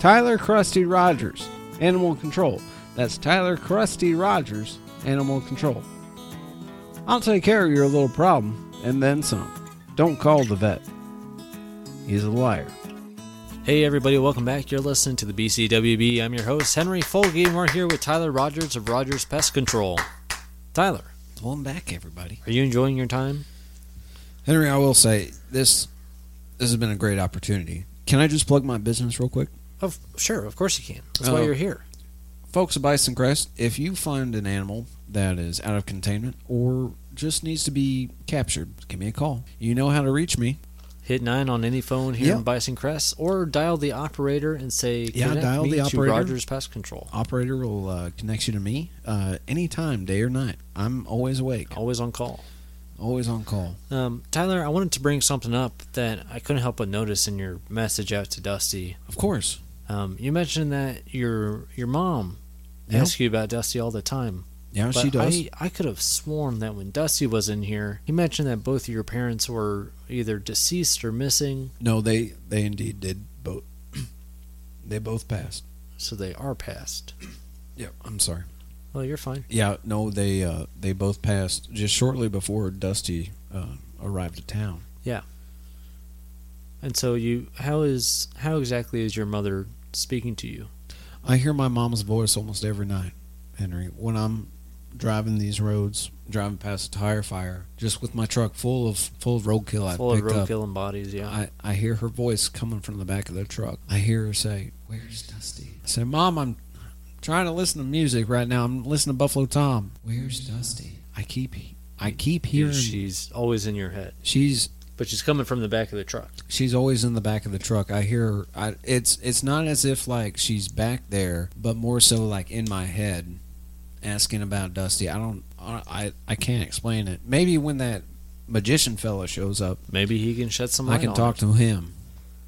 Speaker 3: Tyler Krusty Rogers, Animal Control. That's Tyler Krusty Rogers, Animal Control. I'll take care of your little problem and then some. Don't call the vet. He's a liar.
Speaker 2: Hey everybody, welcome back. You're listening to the BCWB. I'm your host, Henry Folge, and we're here with Tyler Rogers of Rogers Pest Control. Tyler,
Speaker 3: Well, I'm back, everybody.
Speaker 2: are you enjoying your time?
Speaker 3: Henry, I will say this. This has been a great opportunity. Can I just plug my business real quick,
Speaker 2: Of sure, of course you can. That's why
Speaker 3: Oh.
Speaker 2: you're here.
Speaker 3: folks? At Bison Crest, if you find an animal that is out of containment or just needs to be captured, give me a call. You know how to reach me.
Speaker 2: Hit nine on any phone here
Speaker 3: Yeah.
Speaker 2: in Bison Crest, or dial the operator and say,
Speaker 3: Yeah,
Speaker 2: "Connect
Speaker 3: dial
Speaker 2: me
Speaker 3: the
Speaker 2: to
Speaker 3: operator."
Speaker 2: Rogers Pest Control."
Speaker 3: Operator will uh, connect you to me uh, anytime, day or night. I'm always awake,
Speaker 2: Always on call.
Speaker 3: always on call.
Speaker 2: Um, Tyler, I wanted to bring something up that I couldn't help but notice in your message out to Dusty.
Speaker 3: Of course.
Speaker 2: Um, you mentioned that your your mom
Speaker 3: Yeah.
Speaker 2: asks you about Dusty all the time.
Speaker 3: Yeah,
Speaker 2: But
Speaker 3: she does.
Speaker 2: I, I could have sworn that when Dusty was in here, he mentioned that both of your parents were either deceased or missing,
Speaker 3: no, they they indeed did both. they both passed.
Speaker 2: so they are past.
Speaker 3: Yeah, I'm sorry.
Speaker 2: Well, you're fine.
Speaker 3: Yeah, no, they uh, they both passed just shortly before Dusty uh, arrived at town.
Speaker 2: And so you, how is how exactly is your mother speaking to you?
Speaker 3: I hear my mom's voice almost every night, Henry, when I'm driving these roads, driving past a tire fire, just with my truck full of full of roadkill I
Speaker 2: Full of
Speaker 3: picked up.
Speaker 2: roadkill and bodies. Yeah.
Speaker 3: I, I hear her voice coming from the back of the truck. I hear her say, Where's Dusty? I say, Mom, I'm trying to listen to music right now. I'm listening to Buffalo Tom. Where's Dusty? I keep I keep hearing
Speaker 2: she's always in your head,
Speaker 3: she's
Speaker 2: but she's coming from the back of the truck.
Speaker 3: She's always in the back of the truck. I hear her. I, it's it's not as if like she's back there, but more so like in my head, asking about Dusty. I don't. I I, I can't explain it. Maybe when that magician fella shows up,
Speaker 2: Maybe he can shed some light.
Speaker 3: I can
Speaker 2: on
Speaker 3: talk
Speaker 2: it.
Speaker 3: to him,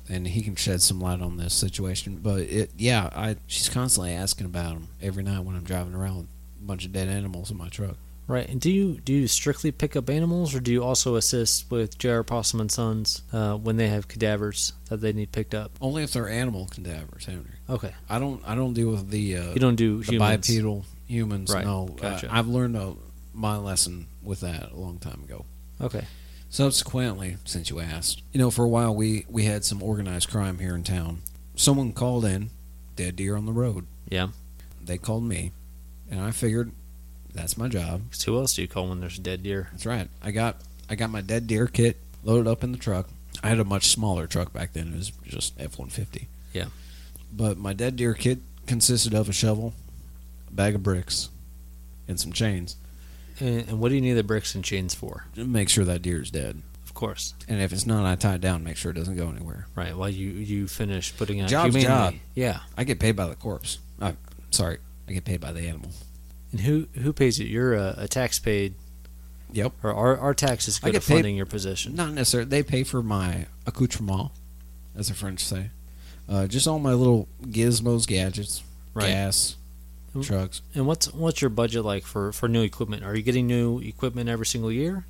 Speaker 3: and he can shed some light on this situation. But it, yeah, I she's constantly asking about him every night when I'm driving around with a bunch of dead animals in my truck.
Speaker 2: Right. And do you do you strictly pick up animals, or do you also assist with J.R. Possum and Sons uh, when they have cadavers that they need picked up?
Speaker 3: Only if they're animal cadavers, Henry.
Speaker 2: Okay.
Speaker 3: I don't. I don't deal with the. Uh,
Speaker 2: You don't do
Speaker 3: the
Speaker 2: humans.
Speaker 3: bipedal humans.
Speaker 2: Right,
Speaker 3: No,
Speaker 2: gotcha.
Speaker 3: I, I've learned a, my lesson with that a long time ago.
Speaker 2: Okay.
Speaker 3: Subsequently, since you asked, you know, for a while we we had some organized crime here in town. Someone called in, dead deer on the road.
Speaker 2: Yeah.
Speaker 3: They called me, and I figured that's my job.
Speaker 2: 'Cause who else do you call when there's a dead deer?
Speaker 3: That's right. I got I got my dead deer kit loaded up in the truck. I had a much smaller truck back then. It was just F one fifty.
Speaker 2: Yeah.
Speaker 3: But my dead deer kit consisted of a shovel, a bag of bricks, and some chains
Speaker 2: And, and what do you need the bricks and chains for?
Speaker 3: to make sure that deer is dead.
Speaker 2: Of course.
Speaker 3: And if it's not, I tie it down, make sure it doesn't go anywhere.
Speaker 2: Right. While you you finish putting out
Speaker 3: Job's
Speaker 2: humanely.
Speaker 3: job.
Speaker 2: Yeah.
Speaker 3: I get paid by the corpse. I, sorry, I get paid by the animal.
Speaker 2: And who who pays it? You're a, a tax paid
Speaker 3: Yep.
Speaker 2: or our our taxes
Speaker 3: I
Speaker 2: go to
Speaker 3: get paid-
Speaker 2: funding your position.
Speaker 3: Not necessarily. They pay for my accoutrement, as the French say. Uh, just all my little gizmos, gadgets,
Speaker 2: Right.
Speaker 3: gas,
Speaker 2: Mm.
Speaker 3: trucks.
Speaker 2: And what's what's your budget like for for new equipment? Are you getting new equipment every single year?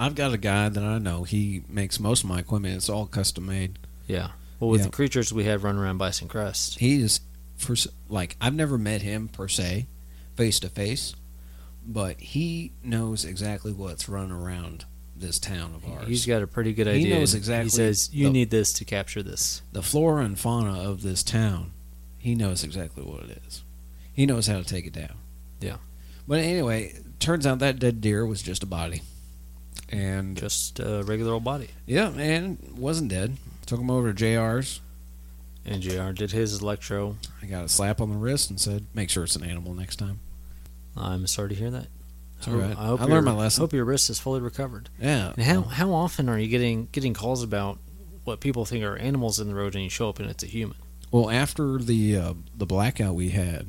Speaker 3: I've got a guy that I know. He makes most of my equipment. It's all custom made.
Speaker 2: Yeah. Well, with
Speaker 3: Yeah.
Speaker 2: the creatures we had run around Bison Crest,
Speaker 3: He is for s- like I've never met him per se, face to face, but he knows exactly what's run around this town of ours.
Speaker 2: he's got a pretty good
Speaker 3: He
Speaker 2: idea.
Speaker 3: knows
Speaker 2: and
Speaker 3: exactly
Speaker 2: He says you
Speaker 3: the-
Speaker 2: need this to capture this.
Speaker 3: the flora and fauna of this town, he knows exactly what it is. He knows how to take it down.
Speaker 2: Yeah.
Speaker 3: But anyway, turns out that dead deer was just a body. And
Speaker 2: Just a regular old body.
Speaker 3: yeah, and wasn't dead. Took him over to JR's.
Speaker 2: And Jr. did his electro.
Speaker 3: I got a slap on the wrist and said, "Make sure it's an animal next time."
Speaker 2: I'm sorry to hear that.
Speaker 3: It's all right.
Speaker 2: Oh, I, hope
Speaker 3: I learned
Speaker 2: your-
Speaker 3: my lesson.
Speaker 2: Hope your wrist is fully recovered.
Speaker 3: Yeah.
Speaker 2: And how how often are you getting getting calls about what people think are animals in the road, and you show up and it's a human?
Speaker 3: Well, after the uh, the blackout we had,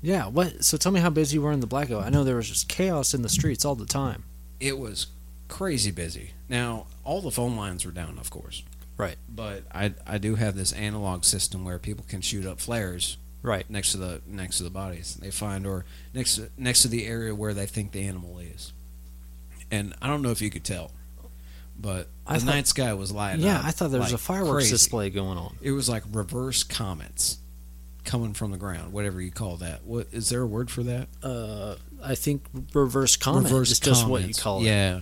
Speaker 2: Yeah. What? So tell me how busy you were in the blackout. I know there was just chaos in the streets all the time.
Speaker 3: it was crazy busy. Now all the phone lines were down, of course.
Speaker 2: Right.
Speaker 3: But I I do have this analog system where people can shoot up flares
Speaker 2: Right.
Speaker 3: next to the next to the bodies they find or next to, next to the area where they think the animal is. And I don't know if you could tell, but
Speaker 2: I
Speaker 3: the
Speaker 2: thought-
Speaker 3: night sky was lighting
Speaker 2: yeah.
Speaker 3: up
Speaker 2: I thought there was
Speaker 3: like
Speaker 2: a fireworks
Speaker 3: crazy.
Speaker 2: display going on.
Speaker 3: It was like reverse comets coming from the ground, whatever you call that. What is there a word for that?
Speaker 2: Uh, I think reverse comment is just what you
Speaker 3: comets.
Speaker 2: call it.
Speaker 3: Yeah.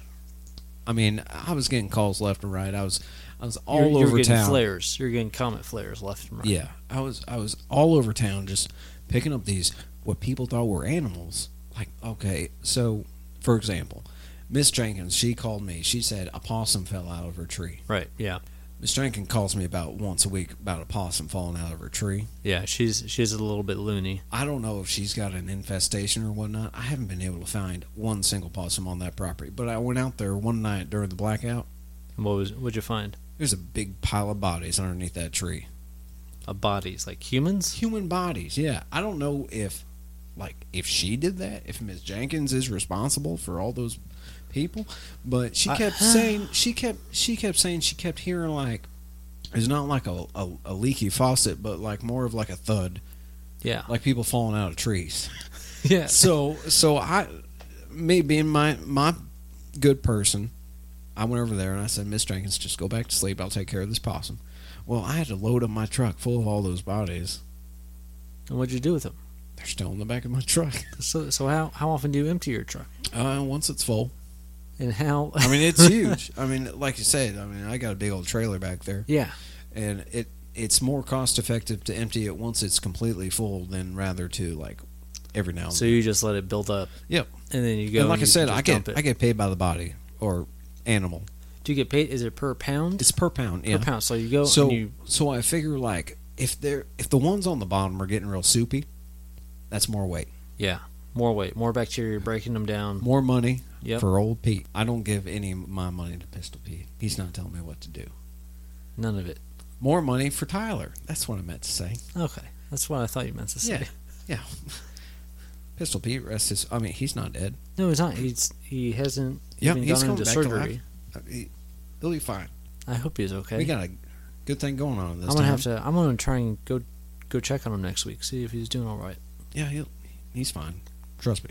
Speaker 3: I mean, I was getting calls left and right. I was I was all
Speaker 2: You're, you're
Speaker 3: over
Speaker 2: getting
Speaker 3: town.
Speaker 2: flares. You're getting comet flares left and right.
Speaker 3: Yeah. I was I was all over town just picking up these what people thought were animals. Like, okay, so for example, Miss Jenkins, she called me. She said a possum fell out of her tree.
Speaker 2: Right. Yeah.
Speaker 3: Miss Jenkins calls me about once a week about a possum falling out of her tree.
Speaker 2: Yeah. She's she's a little bit loony.
Speaker 3: I don't know if she's got an infestation or whatnot. I haven't been able to find one single possum on that property. But I went out there one night during the blackout.
Speaker 2: And what was? What'd you find?
Speaker 3: There's a big pile of bodies underneath that tree.
Speaker 2: A bodies like humans.
Speaker 3: Human bodies, yeah. I don't know if, like, if she did that, if Miss Jenkins is responsible for all those people, but she
Speaker 2: I-
Speaker 3: kept saying she kept she kept saying she kept hearing like it's not like a, a, a leaky faucet, but like more of like a thud,
Speaker 2: Yeah.
Speaker 3: like people falling out of trees.
Speaker 2: yeah.
Speaker 3: so so I me being my my good person, I went over there and I said, Miss Jenkins, just go back to sleep. I'll take care of this possum. Well, I had to load up my truck full of all those bodies.
Speaker 2: And what'd you do with them?
Speaker 3: They're still in the back of my truck.
Speaker 2: So so how how often do you empty your truck?
Speaker 3: Uh, once it's full,
Speaker 2: And how?
Speaker 3: I mean it's huge. I mean, like you said, I mean I got a big old trailer back there,
Speaker 2: yeah.
Speaker 3: and it it's more cost effective to empty it once it's completely full than rather to like every now and
Speaker 2: So
Speaker 3: then.
Speaker 2: you just let it build up.
Speaker 3: Yep.
Speaker 2: And then you go.
Speaker 3: And like
Speaker 2: and
Speaker 3: I
Speaker 2: you
Speaker 3: said,
Speaker 2: just
Speaker 3: I get
Speaker 2: dump it.
Speaker 3: I get paid by the body or animal.
Speaker 2: Do you get paid? Is it per pound?
Speaker 3: It's per pound. Yeah.
Speaker 2: Per pound. So you go
Speaker 3: So
Speaker 2: and you.
Speaker 3: so I figure like if they're if the ones on the bottom are getting real soupy, that's more weight,
Speaker 2: Yeah. More weight, more bacteria, breaking them down.
Speaker 3: more money
Speaker 2: Yep.
Speaker 3: for old Pete. I don't give any of my money to Pistol Pete. He's not telling me what to do.
Speaker 2: None of it.
Speaker 3: More money for Tyler. That's what I meant to say.
Speaker 2: Okay. That's what I thought you meant to say.
Speaker 3: Yeah, yeah. Pistol Pete rests his. I mean, he's not dead.
Speaker 2: No, he's not. He's he hasn't
Speaker 3: Yep,
Speaker 2: even
Speaker 3: he's
Speaker 2: gone
Speaker 3: coming
Speaker 2: into
Speaker 3: back to life.
Speaker 2: surgery.
Speaker 3: Uh, he- He'll be fine.
Speaker 2: I hope he's okay.
Speaker 3: We got a good thing going on
Speaker 2: I'm
Speaker 3: this
Speaker 2: gonna
Speaker 3: time.
Speaker 2: have to. I'm gonna try and go go check on him next week. See if he's doing all right.
Speaker 3: Yeah, he'll, he's fine. Trust me.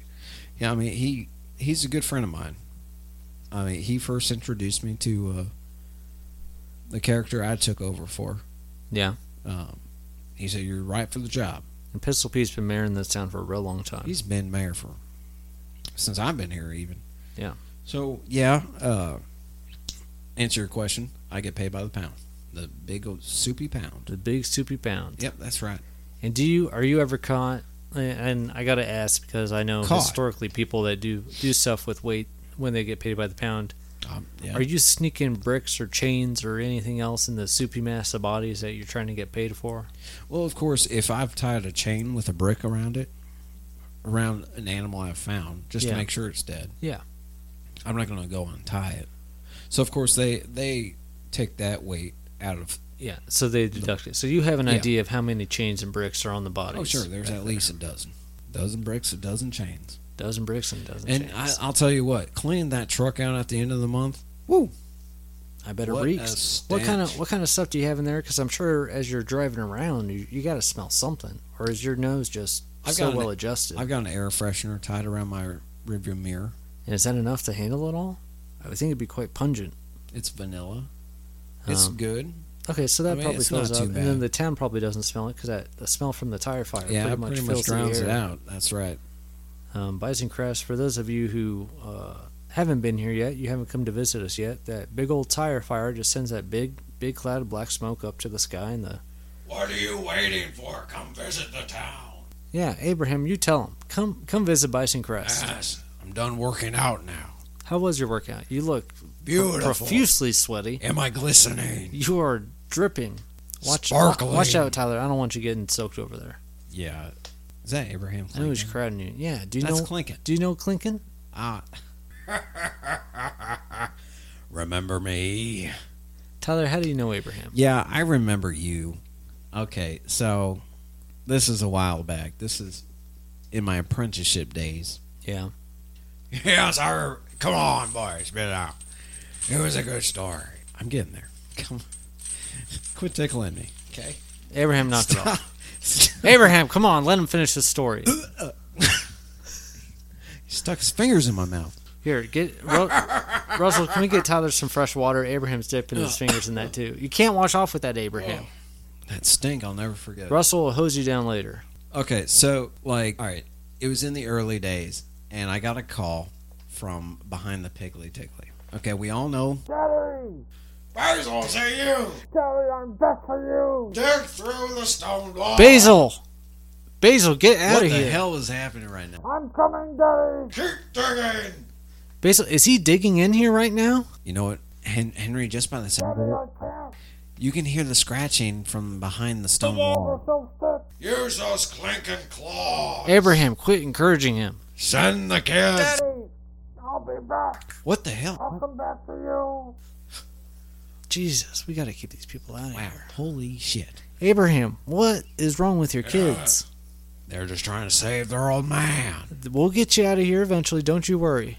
Speaker 3: Yeah, I mean he he's a good friend of mine. I mean he first introduced me to uh, the character I took over for.
Speaker 2: Yeah.
Speaker 3: Um, he said you're right for the job.
Speaker 2: And Pistol Pete's been mayor in this town for a real long time.
Speaker 3: He's been mayor for since I've been here even.
Speaker 2: Yeah.
Speaker 3: So yeah, uh, answer your question. I get paid by the pound, the big old soupy pound.
Speaker 2: the big soupy pound.
Speaker 3: Yep, that's right.
Speaker 2: And do you are you ever caught? And I gotta ask because I know
Speaker 3: Caught.
Speaker 2: historically people that do do stuff with weight when they get paid by the pound.
Speaker 3: Um, yeah.
Speaker 2: Are you sneaking bricks or chains or anything else in the soupy mass of bodies that you're trying to get paid for?
Speaker 3: Well, of course, if I've tied a chain with a brick around it, around an animal I've found, just
Speaker 2: Yeah.
Speaker 3: to make sure it's dead.
Speaker 2: Yeah.
Speaker 3: I'm not going to go untie it. So, of course, they they take that weight out of.
Speaker 2: Yeah. So they deduct it. So you have an
Speaker 3: Yeah.
Speaker 2: idea of how many chains and bricks are on the bodies.
Speaker 3: Oh, sure. There's at least a dozen, dozen bricks, a dozen chains.
Speaker 2: dozen bricks and dozen
Speaker 3: And I,
Speaker 2: chains.
Speaker 3: I'll tell you what, cleaning that truck out at the end of the month. Woo!
Speaker 2: I, better
Speaker 3: what a
Speaker 2: reeks. What kind of
Speaker 3: stench.
Speaker 2: what kind of stuff do you have in there? Because I'm sure as you're driving around, you, you got to smell something, or is your nose just
Speaker 3: I've
Speaker 2: so
Speaker 3: got an-
Speaker 2: well adjusted?
Speaker 3: I've got an air freshener tied around my rearview mirror.
Speaker 2: And is that enough to handle it all? I would think it'd be quite pungent.
Speaker 3: It's vanilla. It's
Speaker 2: Um,
Speaker 3: good.
Speaker 2: Okay, so that
Speaker 3: I mean,
Speaker 2: probably
Speaker 3: it's
Speaker 2: fills
Speaker 3: not
Speaker 2: up,
Speaker 3: too
Speaker 2: and then
Speaker 3: bad.
Speaker 2: the town probably doesn't smell it because that the smell from the tire fire
Speaker 3: Yeah,
Speaker 2: pretty
Speaker 3: it
Speaker 2: much
Speaker 3: pretty much
Speaker 2: fills the
Speaker 3: drowns it
Speaker 2: air.
Speaker 3: out. That's right.
Speaker 2: Um, Bison Crest, for those of you who uh, haven't been here yet, you haven't come to visit us yet. That big old tire fire just sends that big, big cloud of black smoke up to the sky, and the
Speaker 3: What are you waiting for? Come visit the town.
Speaker 2: yeah, Abraham, you tell him come come visit Bison Crest.
Speaker 3: Yes, I'm done working out now.
Speaker 2: How was your workout? You look
Speaker 3: Beautiful.
Speaker 2: profusely sweaty.
Speaker 3: Am I glistening?
Speaker 2: You are dripping. Watch
Speaker 3: Sparkling.
Speaker 2: watch out, Tyler. I don't want you getting soaked over there.
Speaker 3: Yeah. Is that Abraham
Speaker 2: I know he's
Speaker 3: Lincoln?
Speaker 2: crowding you. Yeah. Do you
Speaker 3: That's
Speaker 2: know
Speaker 3: Clinkin.
Speaker 2: Do you know Clinkin?
Speaker 3: Ah. remember me?
Speaker 2: Tyler, how do you know Abraham?
Speaker 3: Yeah, I remember you. Okay, so this is a while back. This is in my apprenticeship days.
Speaker 2: Yeah.
Speaker 3: Yes, I come on, boys, spit it out. It was a good story. I'm getting there. Come, quit tickling me. Okay.
Speaker 2: Abraham knocked it off. Abraham, come on, let him finish his story.
Speaker 3: He stuck his fingers in my mouth.
Speaker 2: Here, get Ru- Russell. Can we get Tyler some fresh water? Abraham's dipping his fingers in that too. You can't wash off with that, Abraham.
Speaker 3: That stink, I'll never forget. it.
Speaker 2: Russell will hose you down later.
Speaker 3: Okay, so like, all right, it was in the early days, and I got a call from behind the Piggly Tiggly. Okay, we all know. Basil, say you. Tell I'm back for you. Dig through the stone wall.
Speaker 2: Basil, Basil, get
Speaker 3: What
Speaker 2: out
Speaker 3: the
Speaker 2: of here.
Speaker 3: hell is happening right now?
Speaker 2: Basil, is he digging in here right now?
Speaker 3: You know what, Hen- Henry? Just by the sound of it, you can hear the scratching from behind the stone wall.
Speaker 7: Use those clinking claws.
Speaker 2: Abraham, quit encouraging him.
Speaker 7: Send the kids.
Speaker 3: What the hell?
Speaker 2: Jesus, we got to keep these people out of
Speaker 3: Wow!
Speaker 2: here.
Speaker 3: Holy shit!
Speaker 2: Abraham, what is wrong with your kids?
Speaker 3: They're just trying to save their old man.
Speaker 2: We'll get you out of here eventually. Don't you worry.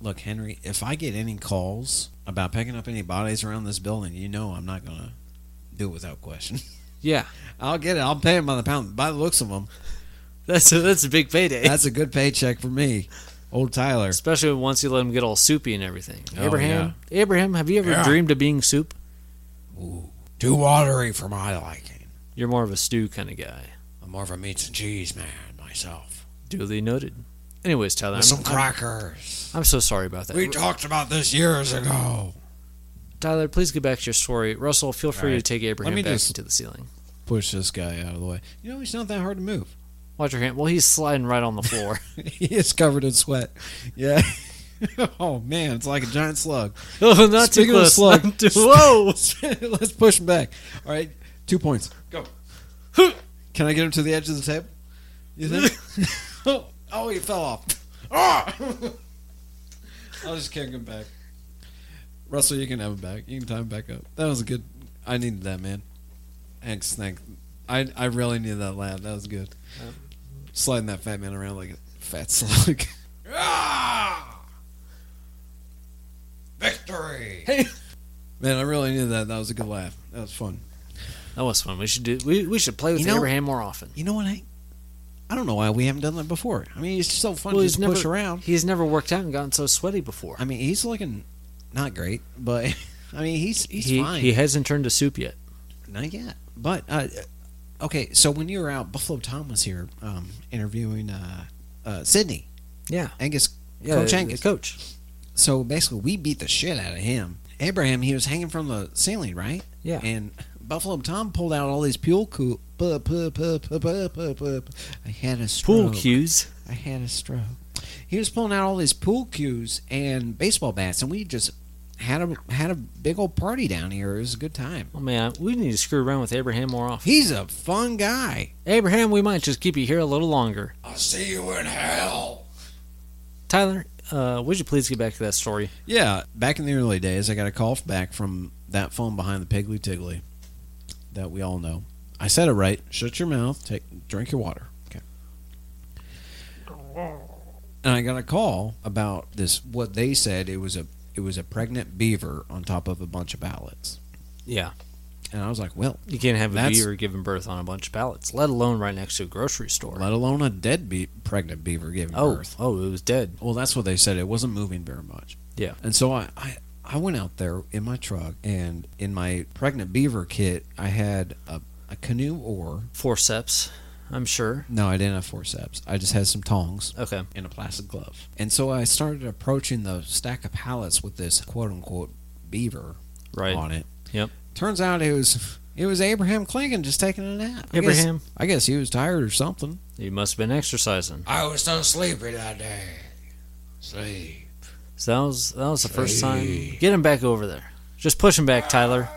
Speaker 3: Look, Henry, if I get any calls about picking up any bodies around this building, you know I'm not going to do it without question.
Speaker 2: Yeah,
Speaker 3: I'll get it. I'll pay him by the pound. By the looks of him,
Speaker 2: that's a, that's a big payday.
Speaker 3: that's a good paycheck for me. Old Tyler.
Speaker 2: Especially once you let him get all soupy and everything.
Speaker 3: Oh,
Speaker 2: Abraham, Abraham, have you ever
Speaker 7: Yeah.
Speaker 2: dreamed of being soup?
Speaker 3: Too watery for my liking.
Speaker 2: You're more of a stew kind of guy.
Speaker 3: I'm more of a meats and cheese man myself.
Speaker 2: Duly noted. Anyways, Tyler,
Speaker 3: With
Speaker 2: I'm,
Speaker 3: some crackers.
Speaker 2: I'm, I'm so sorry about that.
Speaker 3: We talked about this years ago.
Speaker 2: Tyler, please get back to your story. Russell, feel free to
Speaker 3: Alright.
Speaker 2: take Abraham
Speaker 3: Let me
Speaker 2: back
Speaker 3: just-
Speaker 2: into the ceiling.
Speaker 3: Push this guy out of the way. You know, he's not that hard to move.
Speaker 2: Watch your hand. Well, he's sliding right on the floor.
Speaker 3: he is covered in sweat. Yeah. oh, man. It's like a giant slug.
Speaker 2: oh, not
Speaker 3: Speaking
Speaker 2: too
Speaker 3: of
Speaker 2: close.
Speaker 3: slug-
Speaker 2: not too- whoa!
Speaker 3: Let's push him back. All right, two points. Go. Can I get him to the edge of the table? You think? oh, oh, he fell off. Ah! I'll just kick him back. Russell, you can have him back. You can tie him back up. That was a good. I needed that, man. Thanks, thank. I I really needed that laugh. That was good. Sliding that fat man around like a fat slug.
Speaker 7: Ah! Victory.
Speaker 3: man, I really needed that. That was a good laugh. That was fun.
Speaker 2: That was fun. We should do. We, we should play with
Speaker 3: You know-
Speaker 2: Abraham more often.
Speaker 3: You know what, Hank? I don't know why we haven't done that before. I mean, it's so fun
Speaker 2: Well,
Speaker 3: to
Speaker 2: he's
Speaker 3: just
Speaker 2: never
Speaker 3: push around.
Speaker 2: He's never worked out and gotten so sweaty before.
Speaker 3: I mean, he's looking not great, but I mean, he's he's
Speaker 2: he,
Speaker 3: fine.
Speaker 2: he hasn't turned to soup yet.
Speaker 3: Not yet. But uh, okay, so when you were out, Buffalo Tom was here um, interviewing uh, uh, Sydney
Speaker 2: Yeah.
Speaker 3: Angus,
Speaker 2: yeah
Speaker 3: Coach
Speaker 2: the-
Speaker 3: Angus.
Speaker 2: the Coach.
Speaker 3: So basically, we beat the shit out of him. Abraham, he was hanging from the ceiling, right?
Speaker 2: Yeah.
Speaker 3: And Buffalo Tom pulled out all these pool cool. Pu- pu- pu- pu- pu- pu- pu- I had a
Speaker 2: Pool
Speaker 3: stroke.
Speaker 2: cues.
Speaker 3: I had a stroke. He was pulling out all his pool cues and baseball bats, and we just had a had a big old party down here. It was a good time.
Speaker 2: Oh man, we need to screw around with Abraham more often.
Speaker 3: He's a fun guy.
Speaker 2: Abraham, we might just keep you here a little longer.
Speaker 7: I'll see you in hell.
Speaker 2: Tyler, uh, would you please get back to that story?
Speaker 3: Yeah, back in the early days, I got a call back from that phone behind the Piggly Tiggly that we all know. I said it right. Shut your mouth. Take drink your water. Okay. And I got a call about this. What they said it was a it was a pregnant beaver on top of a bunch of pallets.
Speaker 2: Yeah.
Speaker 3: And I was like, well,
Speaker 2: You can't have a
Speaker 3: That's-
Speaker 2: beaver giving birth on a bunch of pallets, let alone right next to a grocery store.
Speaker 3: let alone a dead be- pregnant beaver giving
Speaker 2: oh,
Speaker 3: birth.
Speaker 2: oh, it was dead.
Speaker 3: Well, that's what they said. It wasn't moving very much.
Speaker 2: Yeah.
Speaker 3: And so I, I, I went out there in my truck, and in my pregnant beaver kit, I had a, a canoe oar.
Speaker 2: Forceps, I'm sure.
Speaker 3: No, I didn't have forceps. I just had some tongs
Speaker 2: Okay.
Speaker 3: and a plastic glove. And so I started approaching the stack of pallets with this quote unquote beaver
Speaker 2: Right.
Speaker 3: on it.
Speaker 2: Yep.
Speaker 3: Turns out it was it was Abraham Clingan just taking a nap. I guess-
Speaker 2: Abraham.
Speaker 3: I guess he was tired or something.
Speaker 2: You must have been exercising.
Speaker 7: I was so sleepy that day. Sleep.
Speaker 2: So that was that was the first time. Get him back over there. Just push him back, Tyler.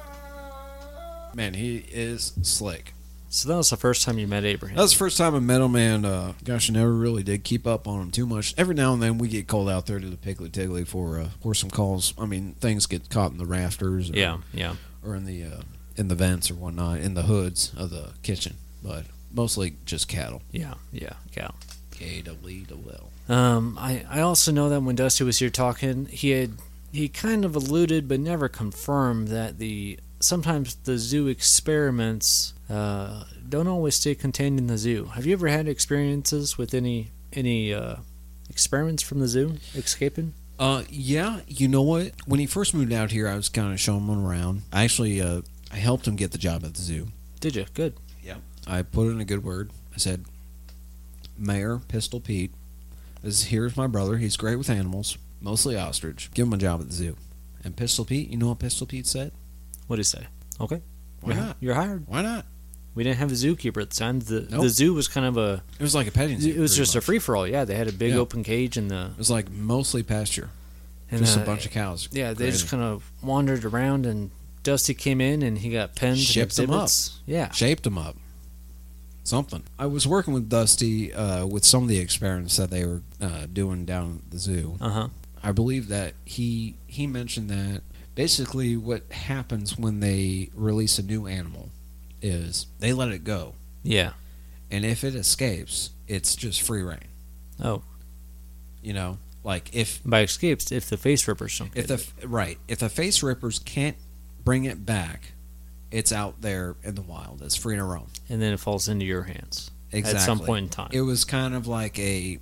Speaker 3: Man, he is slick.
Speaker 2: So that was the first time you met Abraham.
Speaker 3: That was the first time I met him, and uh, gosh, I never really did keep up on him too much. Every now and then we get called out there to the Piggly Tiggly for uh, for some calls. I mean, things get caught in the rafters, or,
Speaker 2: yeah, yeah.
Speaker 3: or in the uh, in the vents or whatnot, in the hoods of the kitchen, but mostly just cattle.
Speaker 2: Yeah, yeah, yeah.
Speaker 3: K W E W L.
Speaker 2: Um, I, I also know that when Dusty was here talking, he had he kind of alluded but never confirmed that the sometimes the zoo experiments uh, don't always stay contained in the zoo. Have you ever had experiences with any any uh, experiments from the zoo escaping?
Speaker 3: Uh, yeah, you know what? When he first moved out here, I was kind of showing him around. I actually uh, I helped him get the job at the zoo.
Speaker 2: Did you? Good.
Speaker 3: I put in a good word. I said, Mayor Pistol Pete is here's my brother. He's great with animals, mostly ostrich. Give him a job at the zoo. And Pistol Pete, you know what Pistol Pete said?
Speaker 2: What do you say? Okay.
Speaker 3: Why
Speaker 2: You're-
Speaker 3: not?
Speaker 2: You're hired.
Speaker 3: Why not?
Speaker 2: We didn't have a zookeeper at the time. The the
Speaker 3: Nope.
Speaker 2: zoo was kind of a
Speaker 3: It was like a petting zoo.
Speaker 2: it was
Speaker 3: pretty
Speaker 2: just a
Speaker 3: much.
Speaker 2: free for all. Yeah, they had a big
Speaker 3: Yeah.
Speaker 2: open cage and the
Speaker 3: It was like mostly pasture.
Speaker 2: and
Speaker 3: just
Speaker 2: uh,
Speaker 3: a bunch of cows.
Speaker 2: Yeah, they just kind
Speaker 3: Crazy.
Speaker 2: of wandered around, and Dusty came in, and he got pens.
Speaker 3: Shipped
Speaker 2: and
Speaker 3: 'em up.
Speaker 2: exhibits. Yeah,
Speaker 3: shaped him up. Something. I was working with Dusty uh, with some of the experiments that they were uh, doing down at the zoo.
Speaker 2: uh huh.
Speaker 3: I believe that he he mentioned that basically what happens when they release a new animal is they let it go,
Speaker 2: Yeah.
Speaker 3: and if it escapes, it's just free reign.
Speaker 2: Oh.
Speaker 3: you know, like if
Speaker 2: By escapes, if the face rippers don't.
Speaker 3: if
Speaker 2: Get
Speaker 3: the
Speaker 2: it.
Speaker 3: f- right if the face rippers can't bring it back, it's out there in the wild. It's free to roam.
Speaker 2: and then it falls into your hands
Speaker 3: Exactly.
Speaker 2: at some point in time.
Speaker 3: it was kind of like a,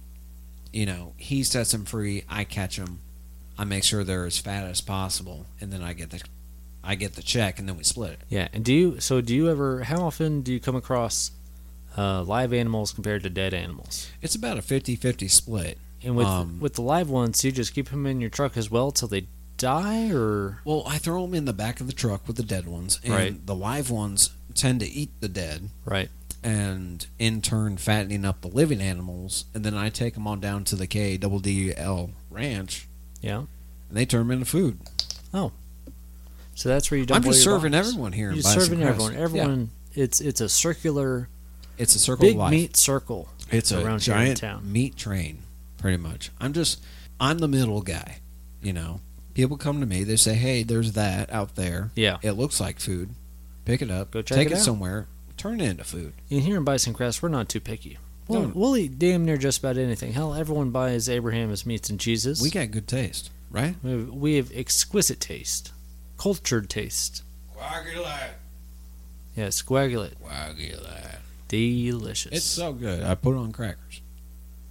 Speaker 3: you know, he sets him free. I catch him. I make sure they're as fat as possible, and then I get the, I get the check, and then we split it.
Speaker 2: yeah. And do you? So do you ever? How often do you come across uh, live animals compared to dead animals?
Speaker 3: It's about a 50-50 split.
Speaker 2: And with
Speaker 3: Um,
Speaker 2: with the live ones, you just keep them in your truck as well till they die, or
Speaker 3: Well, I throw them in the back of the truck with the dead ones, and
Speaker 2: Right.
Speaker 3: the live ones tend to eat the dead,
Speaker 2: right?
Speaker 3: and in turn fattening up the living animals, and then I take them on down to the K Double D L Ranch,
Speaker 2: Yeah.
Speaker 3: and they turn them into food.
Speaker 2: So that's where you don't.
Speaker 3: I'm just
Speaker 2: blow your
Speaker 3: serving
Speaker 2: box.
Speaker 3: everyone here. in
Speaker 2: You're
Speaker 3: Bison
Speaker 2: serving
Speaker 3: Crest.
Speaker 2: everyone.
Speaker 3: Yeah,
Speaker 2: Everyone. It's it's a circular
Speaker 3: it's a circle
Speaker 2: big
Speaker 3: of life.
Speaker 2: meat circle.
Speaker 3: It's a
Speaker 2: around here in
Speaker 3: giant
Speaker 2: town.
Speaker 3: meat train, pretty much. I'm just, I'm the middle guy, you know. People come to me, they say, "Hey, there's that out there.
Speaker 2: Yeah.
Speaker 3: It looks like food. Pick it up.
Speaker 2: Go check
Speaker 3: take
Speaker 2: it
Speaker 3: it,
Speaker 2: out."
Speaker 3: somewhere. Turn it into food.
Speaker 2: And here in Bison Crest, we're not too picky. We'll,
Speaker 3: No.
Speaker 2: we'll eat damn near just about anything. Hell, everyone buys Abraham as meats and cheeses.
Speaker 3: We got good taste, right?
Speaker 2: We have, we have exquisite taste, cultured taste.
Speaker 7: Coagulate.
Speaker 2: Yeah, coagulate.
Speaker 7: Coagulate.
Speaker 2: Delicious.
Speaker 3: It's uh, so good. I put it on crackers.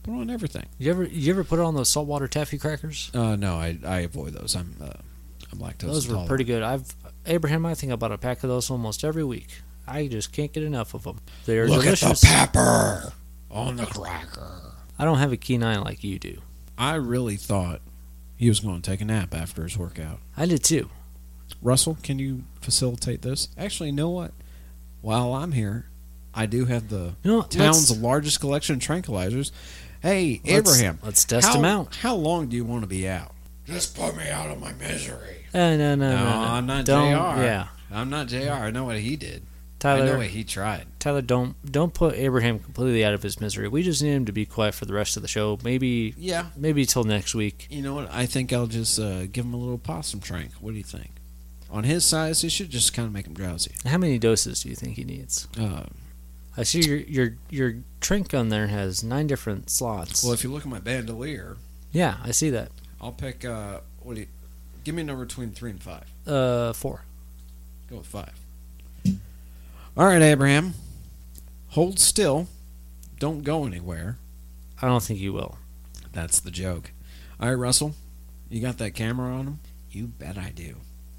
Speaker 3: Put it on everything.
Speaker 2: you ever you ever put on those saltwater taffy crackers?
Speaker 3: Uh, no, I, I avoid those. I'm uh, I'm lactose.
Speaker 2: Those were
Speaker 3: intolerant.
Speaker 2: pretty good. I've Abraham, I think I bought a pack of those almost every week. I just can't get enough of them. They're
Speaker 7: Look at
Speaker 2: delicious.
Speaker 7: the pepper on the cracker.
Speaker 2: I don't have a keen eye like you do.
Speaker 3: I really thought he was going to take a nap after his workout.
Speaker 2: I did too.
Speaker 3: Russell, can you facilitate this? Actually, you know what? While I'm here, I do have the
Speaker 2: You know, what?
Speaker 3: town's
Speaker 2: Let's-
Speaker 3: largest collection of tranquilizers. Hey,
Speaker 2: let's-
Speaker 3: Abraham,
Speaker 2: Let's test
Speaker 3: how,
Speaker 2: them out.
Speaker 3: How long do you want to be out?
Speaker 7: Just put me out of my misery.
Speaker 2: Eh, no, no, no, no,
Speaker 3: I'm not
Speaker 2: Don't-
Speaker 3: JR.
Speaker 2: Yeah,
Speaker 3: I'm not Jr. I know what he did. I know
Speaker 2: Tyler.
Speaker 3: what he tried.
Speaker 2: Tyler, don't don't put Abraham completely out of his misery. We just need him to be quiet for the rest of the show. Maybe
Speaker 3: Yeah.
Speaker 2: maybe till next week.
Speaker 3: You know what? I think I'll just uh, give him a little possum trank. What do you think? On his size, it should just kind of make him drowsy.
Speaker 2: How many doses do you think he needs?
Speaker 3: Uh,
Speaker 2: I see your your your trink gun there has nine different slots.
Speaker 3: well, if you look at my bandolier,
Speaker 2: yeah, I see that.
Speaker 3: I'll pick. Uh, what do you? Give me a number between three and five.
Speaker 2: Uh, four.
Speaker 3: Go with five. All right, Abraham. Hold still. Don't go anywhere.
Speaker 2: I don't think you will.
Speaker 3: That's the joke. All right, Russell. You got that camera on him? You bet I do.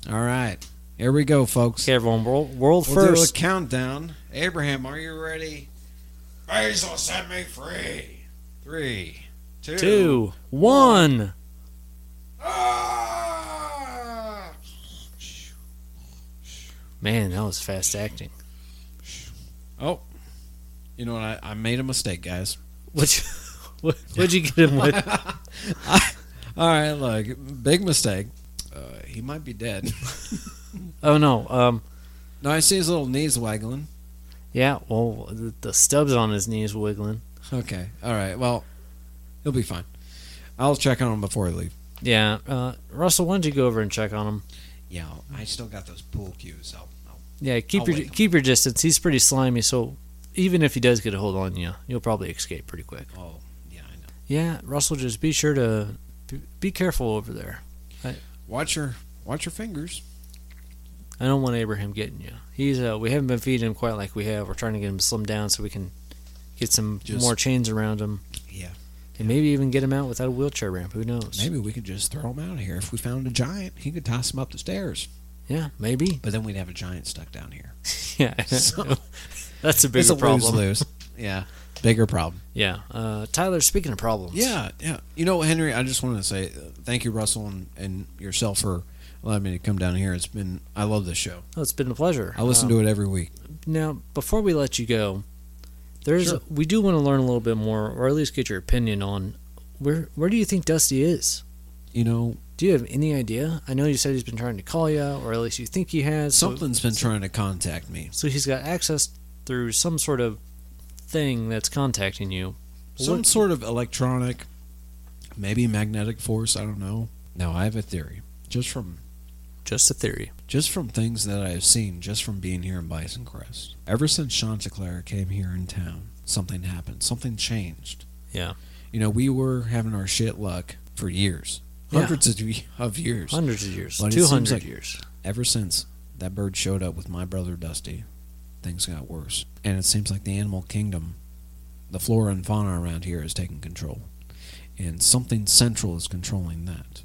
Speaker 3: All right. Here we go, folks.
Speaker 2: Okay, everyone. World, world
Speaker 3: We'll do a
Speaker 2: first.
Speaker 3: countdown. Abraham, are you ready?
Speaker 7: Basil set me free.
Speaker 3: Three, two.
Speaker 2: Two, one.
Speaker 7: Ah!
Speaker 2: Man, that was fast acting.
Speaker 3: Oh, You know what? I, I made a mistake, guys.
Speaker 2: What? You, what what'd you get him with?
Speaker 3: All right, look. Big mistake. Uh, he might be dead.
Speaker 2: Oh no. Um.
Speaker 3: no, I see his little knees waggling.
Speaker 2: Yeah, well, the, the stubs on his knees wiggling.
Speaker 3: Okay. All right. Well, he'll be fine. I'll check on him before I leave.
Speaker 2: Yeah, uh, Russell, why don't you go over and check on him?
Speaker 3: Yeah, I still got those pool cues. I'll, I'll,
Speaker 2: Yeah, keep
Speaker 3: I'll
Speaker 2: your
Speaker 3: wait.
Speaker 2: keep your distance. He's pretty slimy, so even if he does get a hold on you, you'll probably escape pretty quick.
Speaker 3: oh, yeah, I know.
Speaker 2: Yeah, Russell, just be sure to be- be careful over there.
Speaker 3: Watch your watch your fingers.
Speaker 2: I don't want Abraham getting you. He's uh, we haven't been feeding him quite like we have. We're trying to get him slimmed down so we can get some
Speaker 3: Just-
Speaker 2: more chains around him.
Speaker 3: Yeah.
Speaker 2: and maybe even get him out without a wheelchair ramp. Who knows?
Speaker 3: Maybe we could just throw him out of here. If we found a giant, he could toss him up the stairs.
Speaker 2: Yeah, maybe.
Speaker 3: But then we'd have a giant stuck down here.
Speaker 2: Yeah,
Speaker 3: So-
Speaker 2: that's a bigger
Speaker 3: it's a
Speaker 2: problem.
Speaker 3: lose lose. yeah. Bigger problem.
Speaker 2: Yeah, uh, Tyler. Speaking of problems,
Speaker 3: Yeah, yeah. You know, Henry, I just wanted to say uh, thank you, Russell, and, and yourself for allowing me to come down here. It's been I love this show.
Speaker 2: Oh, it's been a pleasure.
Speaker 3: I listen to it every week.
Speaker 2: Now, before we let you go, there's we do want to learn a little bit more, or at least get your opinion on where where do you think Dusty is?
Speaker 3: You know,
Speaker 2: Do you have any idea? I know you said he's been trying to call you, or at least you think he has. so-
Speaker 3: something's been trying to contact me.
Speaker 2: So, he's got access through some sort of thing that's contacting you.
Speaker 3: Some
Speaker 2: What-
Speaker 3: sort of electronic, maybe magnetic force. I don't know. Now I have a theory, just from
Speaker 2: Just a theory.
Speaker 3: just from things that I have seen, just from being here in Bison Crest. Ever since Chanticleer came here in town, something happened. Something changed.
Speaker 2: Yeah.
Speaker 3: You know, we were having our shit luck for years,
Speaker 2: Yeah.
Speaker 3: hundreds of ye- of years.
Speaker 2: Hundreds of years.
Speaker 3: But it
Speaker 2: Two
Speaker 3: seems
Speaker 2: hundred
Speaker 3: like-
Speaker 2: years.
Speaker 3: Ever since that bird showed up with my brother Dusty, things got worse. And it seems like the animal kingdom, the flora and fauna around here is taking control. And something central is controlling that.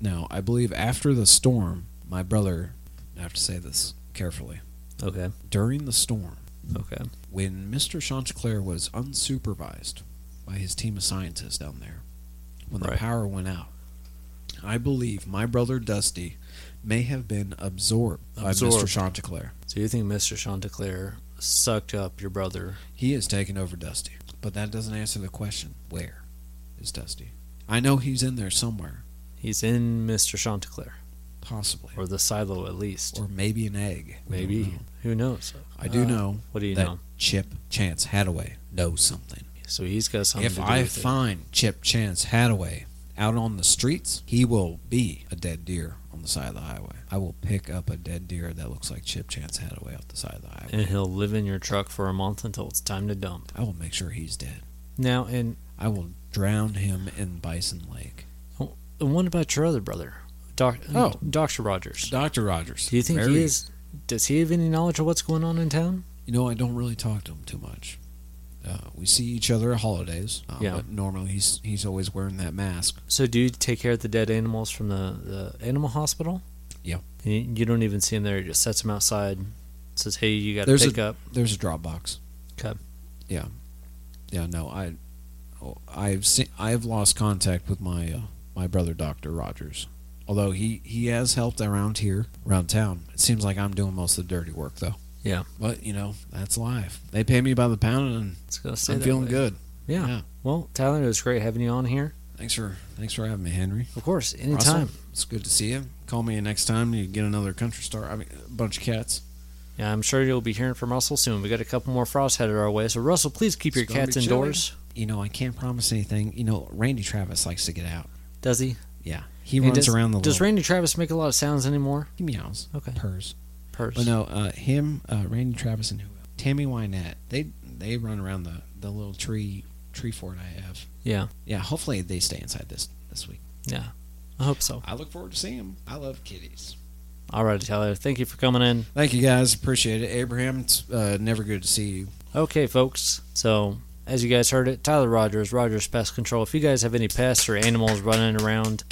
Speaker 3: Now, I believe after the storm, my brother, I have to say this carefully,
Speaker 2: Okay.
Speaker 3: during the storm,
Speaker 2: Okay.
Speaker 3: when Mr. Chanticleer was unsupervised by his team of scientists down there, when the
Speaker 2: Right.
Speaker 3: power went out, I believe my brother Dusty may have been absorbed, by Mr.
Speaker 2: Absorbed.
Speaker 3: Chanticleer.
Speaker 2: So you think Mr. Chanticleer sucked up your brother?
Speaker 3: He has taken over Dusty, but that doesn't answer the question where is Dusty? I know he's in there somewhere,
Speaker 2: He's in Mr. Chanticleer,
Speaker 3: possibly,
Speaker 2: or the silo at least.
Speaker 3: or maybe an egg. We don't
Speaker 2: Maybe.
Speaker 3: know.
Speaker 2: Who knows? Uh,
Speaker 3: I do know
Speaker 2: What do you
Speaker 3: that
Speaker 2: know?
Speaker 3: Chip Chance Hadaway knows something.
Speaker 2: So he's got something
Speaker 3: if
Speaker 2: to do
Speaker 3: I
Speaker 2: with it.
Speaker 3: find Chip Chance Hadaway out on the streets, he will be a dead deer on the side of the highway. I will pick up a dead deer that looks like Chip Chance Hadaway off the side of the highway.
Speaker 2: And he'll live in your truck for a month until it's time to dump.
Speaker 3: I will make sure he's dead.
Speaker 2: Now, and,
Speaker 3: I will drown him in Bison Lake.
Speaker 2: and what about your other brother, Doc,
Speaker 3: Oh.
Speaker 2: Dr. Rogers?
Speaker 3: Dr. Rogers.
Speaker 2: Do you think
Speaker 3: very-
Speaker 2: he is? Does he have any knowledge of what's going on in town?
Speaker 3: You know, I don't really talk to him too much. Uh, we see each other at holidays. Uh,
Speaker 2: Yeah.
Speaker 3: But normally he's he's always wearing that mask.
Speaker 2: So do you take care of the dead animals from the, the animal hospital?
Speaker 3: Yeah.
Speaker 2: You, you don't even see him there. He just sets him outside, says, hey, you got to
Speaker 3: There's a-
Speaker 2: pick up.
Speaker 3: There's a drop box.
Speaker 2: Okay.
Speaker 3: Yeah. Yeah. No, I, oh, I've seen, I've lost contact with my uh, my brother Doctor Rogers. Although he he has helped around here, around town. It seems like I'm doing most of the dirty work though.
Speaker 2: Yeah.
Speaker 3: But you know, that's life. They pay me by the pound, and
Speaker 2: It's gonna stay
Speaker 3: I'm
Speaker 2: that
Speaker 3: feeling
Speaker 2: way.
Speaker 3: good.
Speaker 2: Yeah.
Speaker 3: Yeah.
Speaker 2: Well, Tyler, it was great having you on here.
Speaker 3: Thanks for thanks for having me, Henry.
Speaker 2: Of course,
Speaker 3: Russell,
Speaker 2: anytime.
Speaker 3: It's good to see you. Call me next time you get another country star. I mean, a bunch of cats.
Speaker 2: Yeah, I'm sure you'll be hearing from Russell soon. We got a couple more frosts headed our way, so Russell, please keep your
Speaker 3: It's gonna
Speaker 2: cats
Speaker 3: be chilly.
Speaker 2: indoors.
Speaker 3: You know, I can't promise anything. You know, Randy Travis likes to get out.
Speaker 2: Does he?
Speaker 3: Yeah, he
Speaker 2: And
Speaker 3: runs
Speaker 2: does,
Speaker 3: around the.
Speaker 2: Does
Speaker 3: little,
Speaker 2: Randy Travis make a lot of sounds anymore?
Speaker 3: he meows.
Speaker 2: Okay.
Speaker 3: Purrs.
Speaker 2: Purse.
Speaker 3: But no, uh, him, uh, Randy Travis, and who? Tammy Wynette. They they run around the, the little tree tree fort I have.
Speaker 2: Yeah.
Speaker 3: Yeah, hopefully they stay inside this this week.
Speaker 2: Yeah. I hope so.
Speaker 3: I look forward to seeing them. I love kitties.
Speaker 2: All right, Tyler. Thank you for coming in.
Speaker 3: Thank you guys, appreciate it. Abraham, it's uh, never good to see you.
Speaker 2: Okay, folks. So, as you guys heard it, Tyler Rogers, Rogers Pest Control. If you guys have any pests or animals running around,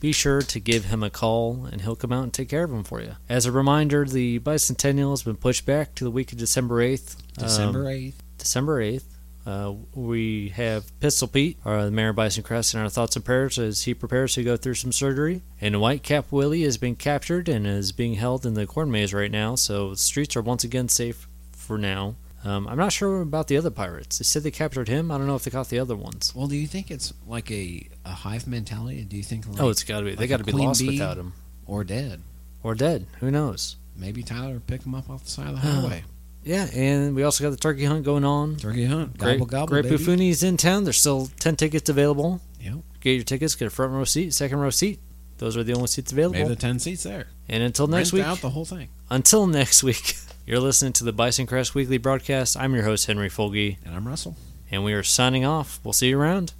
Speaker 2: be sure to give him a call and he'll come out and take care of them for you. As a reminder, the bicentennial has been pushed back to the week of December 8th. Um,
Speaker 3: December eighth.
Speaker 2: December 8th. Uh, we have Pistol Pete, or the mayor of Bison Crest, in our thoughts and prayers as he prepares to go through some surgery. And Whitecap Willie has been captured and is being held in the corn maze right now, so the streets are once again safe for now. Um, I'm not sure about the other pirates. They said they captured him. I don't know if they caught the other ones.
Speaker 3: Well, do you think it's like a, a hive mentality? Do you think like,
Speaker 2: Oh, it's got to be. They
Speaker 3: like a
Speaker 2: got to be
Speaker 3: queen
Speaker 2: lost
Speaker 3: bee?
Speaker 2: without him
Speaker 3: or dead?
Speaker 2: or dead. Who knows?
Speaker 3: Maybe Tyler pick him up off the side of the highway.
Speaker 2: Yeah, and we also got the turkey hunt going on.
Speaker 3: Turkey hunt. Gobble,
Speaker 2: Great,
Speaker 3: gobble,
Speaker 2: Great
Speaker 3: baby.
Speaker 2: Buffoonie's in town. There's still 10 tickets available.
Speaker 3: Yep.
Speaker 2: Get your tickets, get a front row seat, second row seat. Those are the only seats available.
Speaker 3: Maybe the 10 seats there.
Speaker 2: and until next
Speaker 3: Rent
Speaker 2: week,
Speaker 3: out the whole thing.
Speaker 2: until next week, you're listening to the Bison Crest Weekly Broadcast. I'm your host, Henry Folge,
Speaker 3: And I'm Russell.
Speaker 2: and we are signing off. We'll see you around.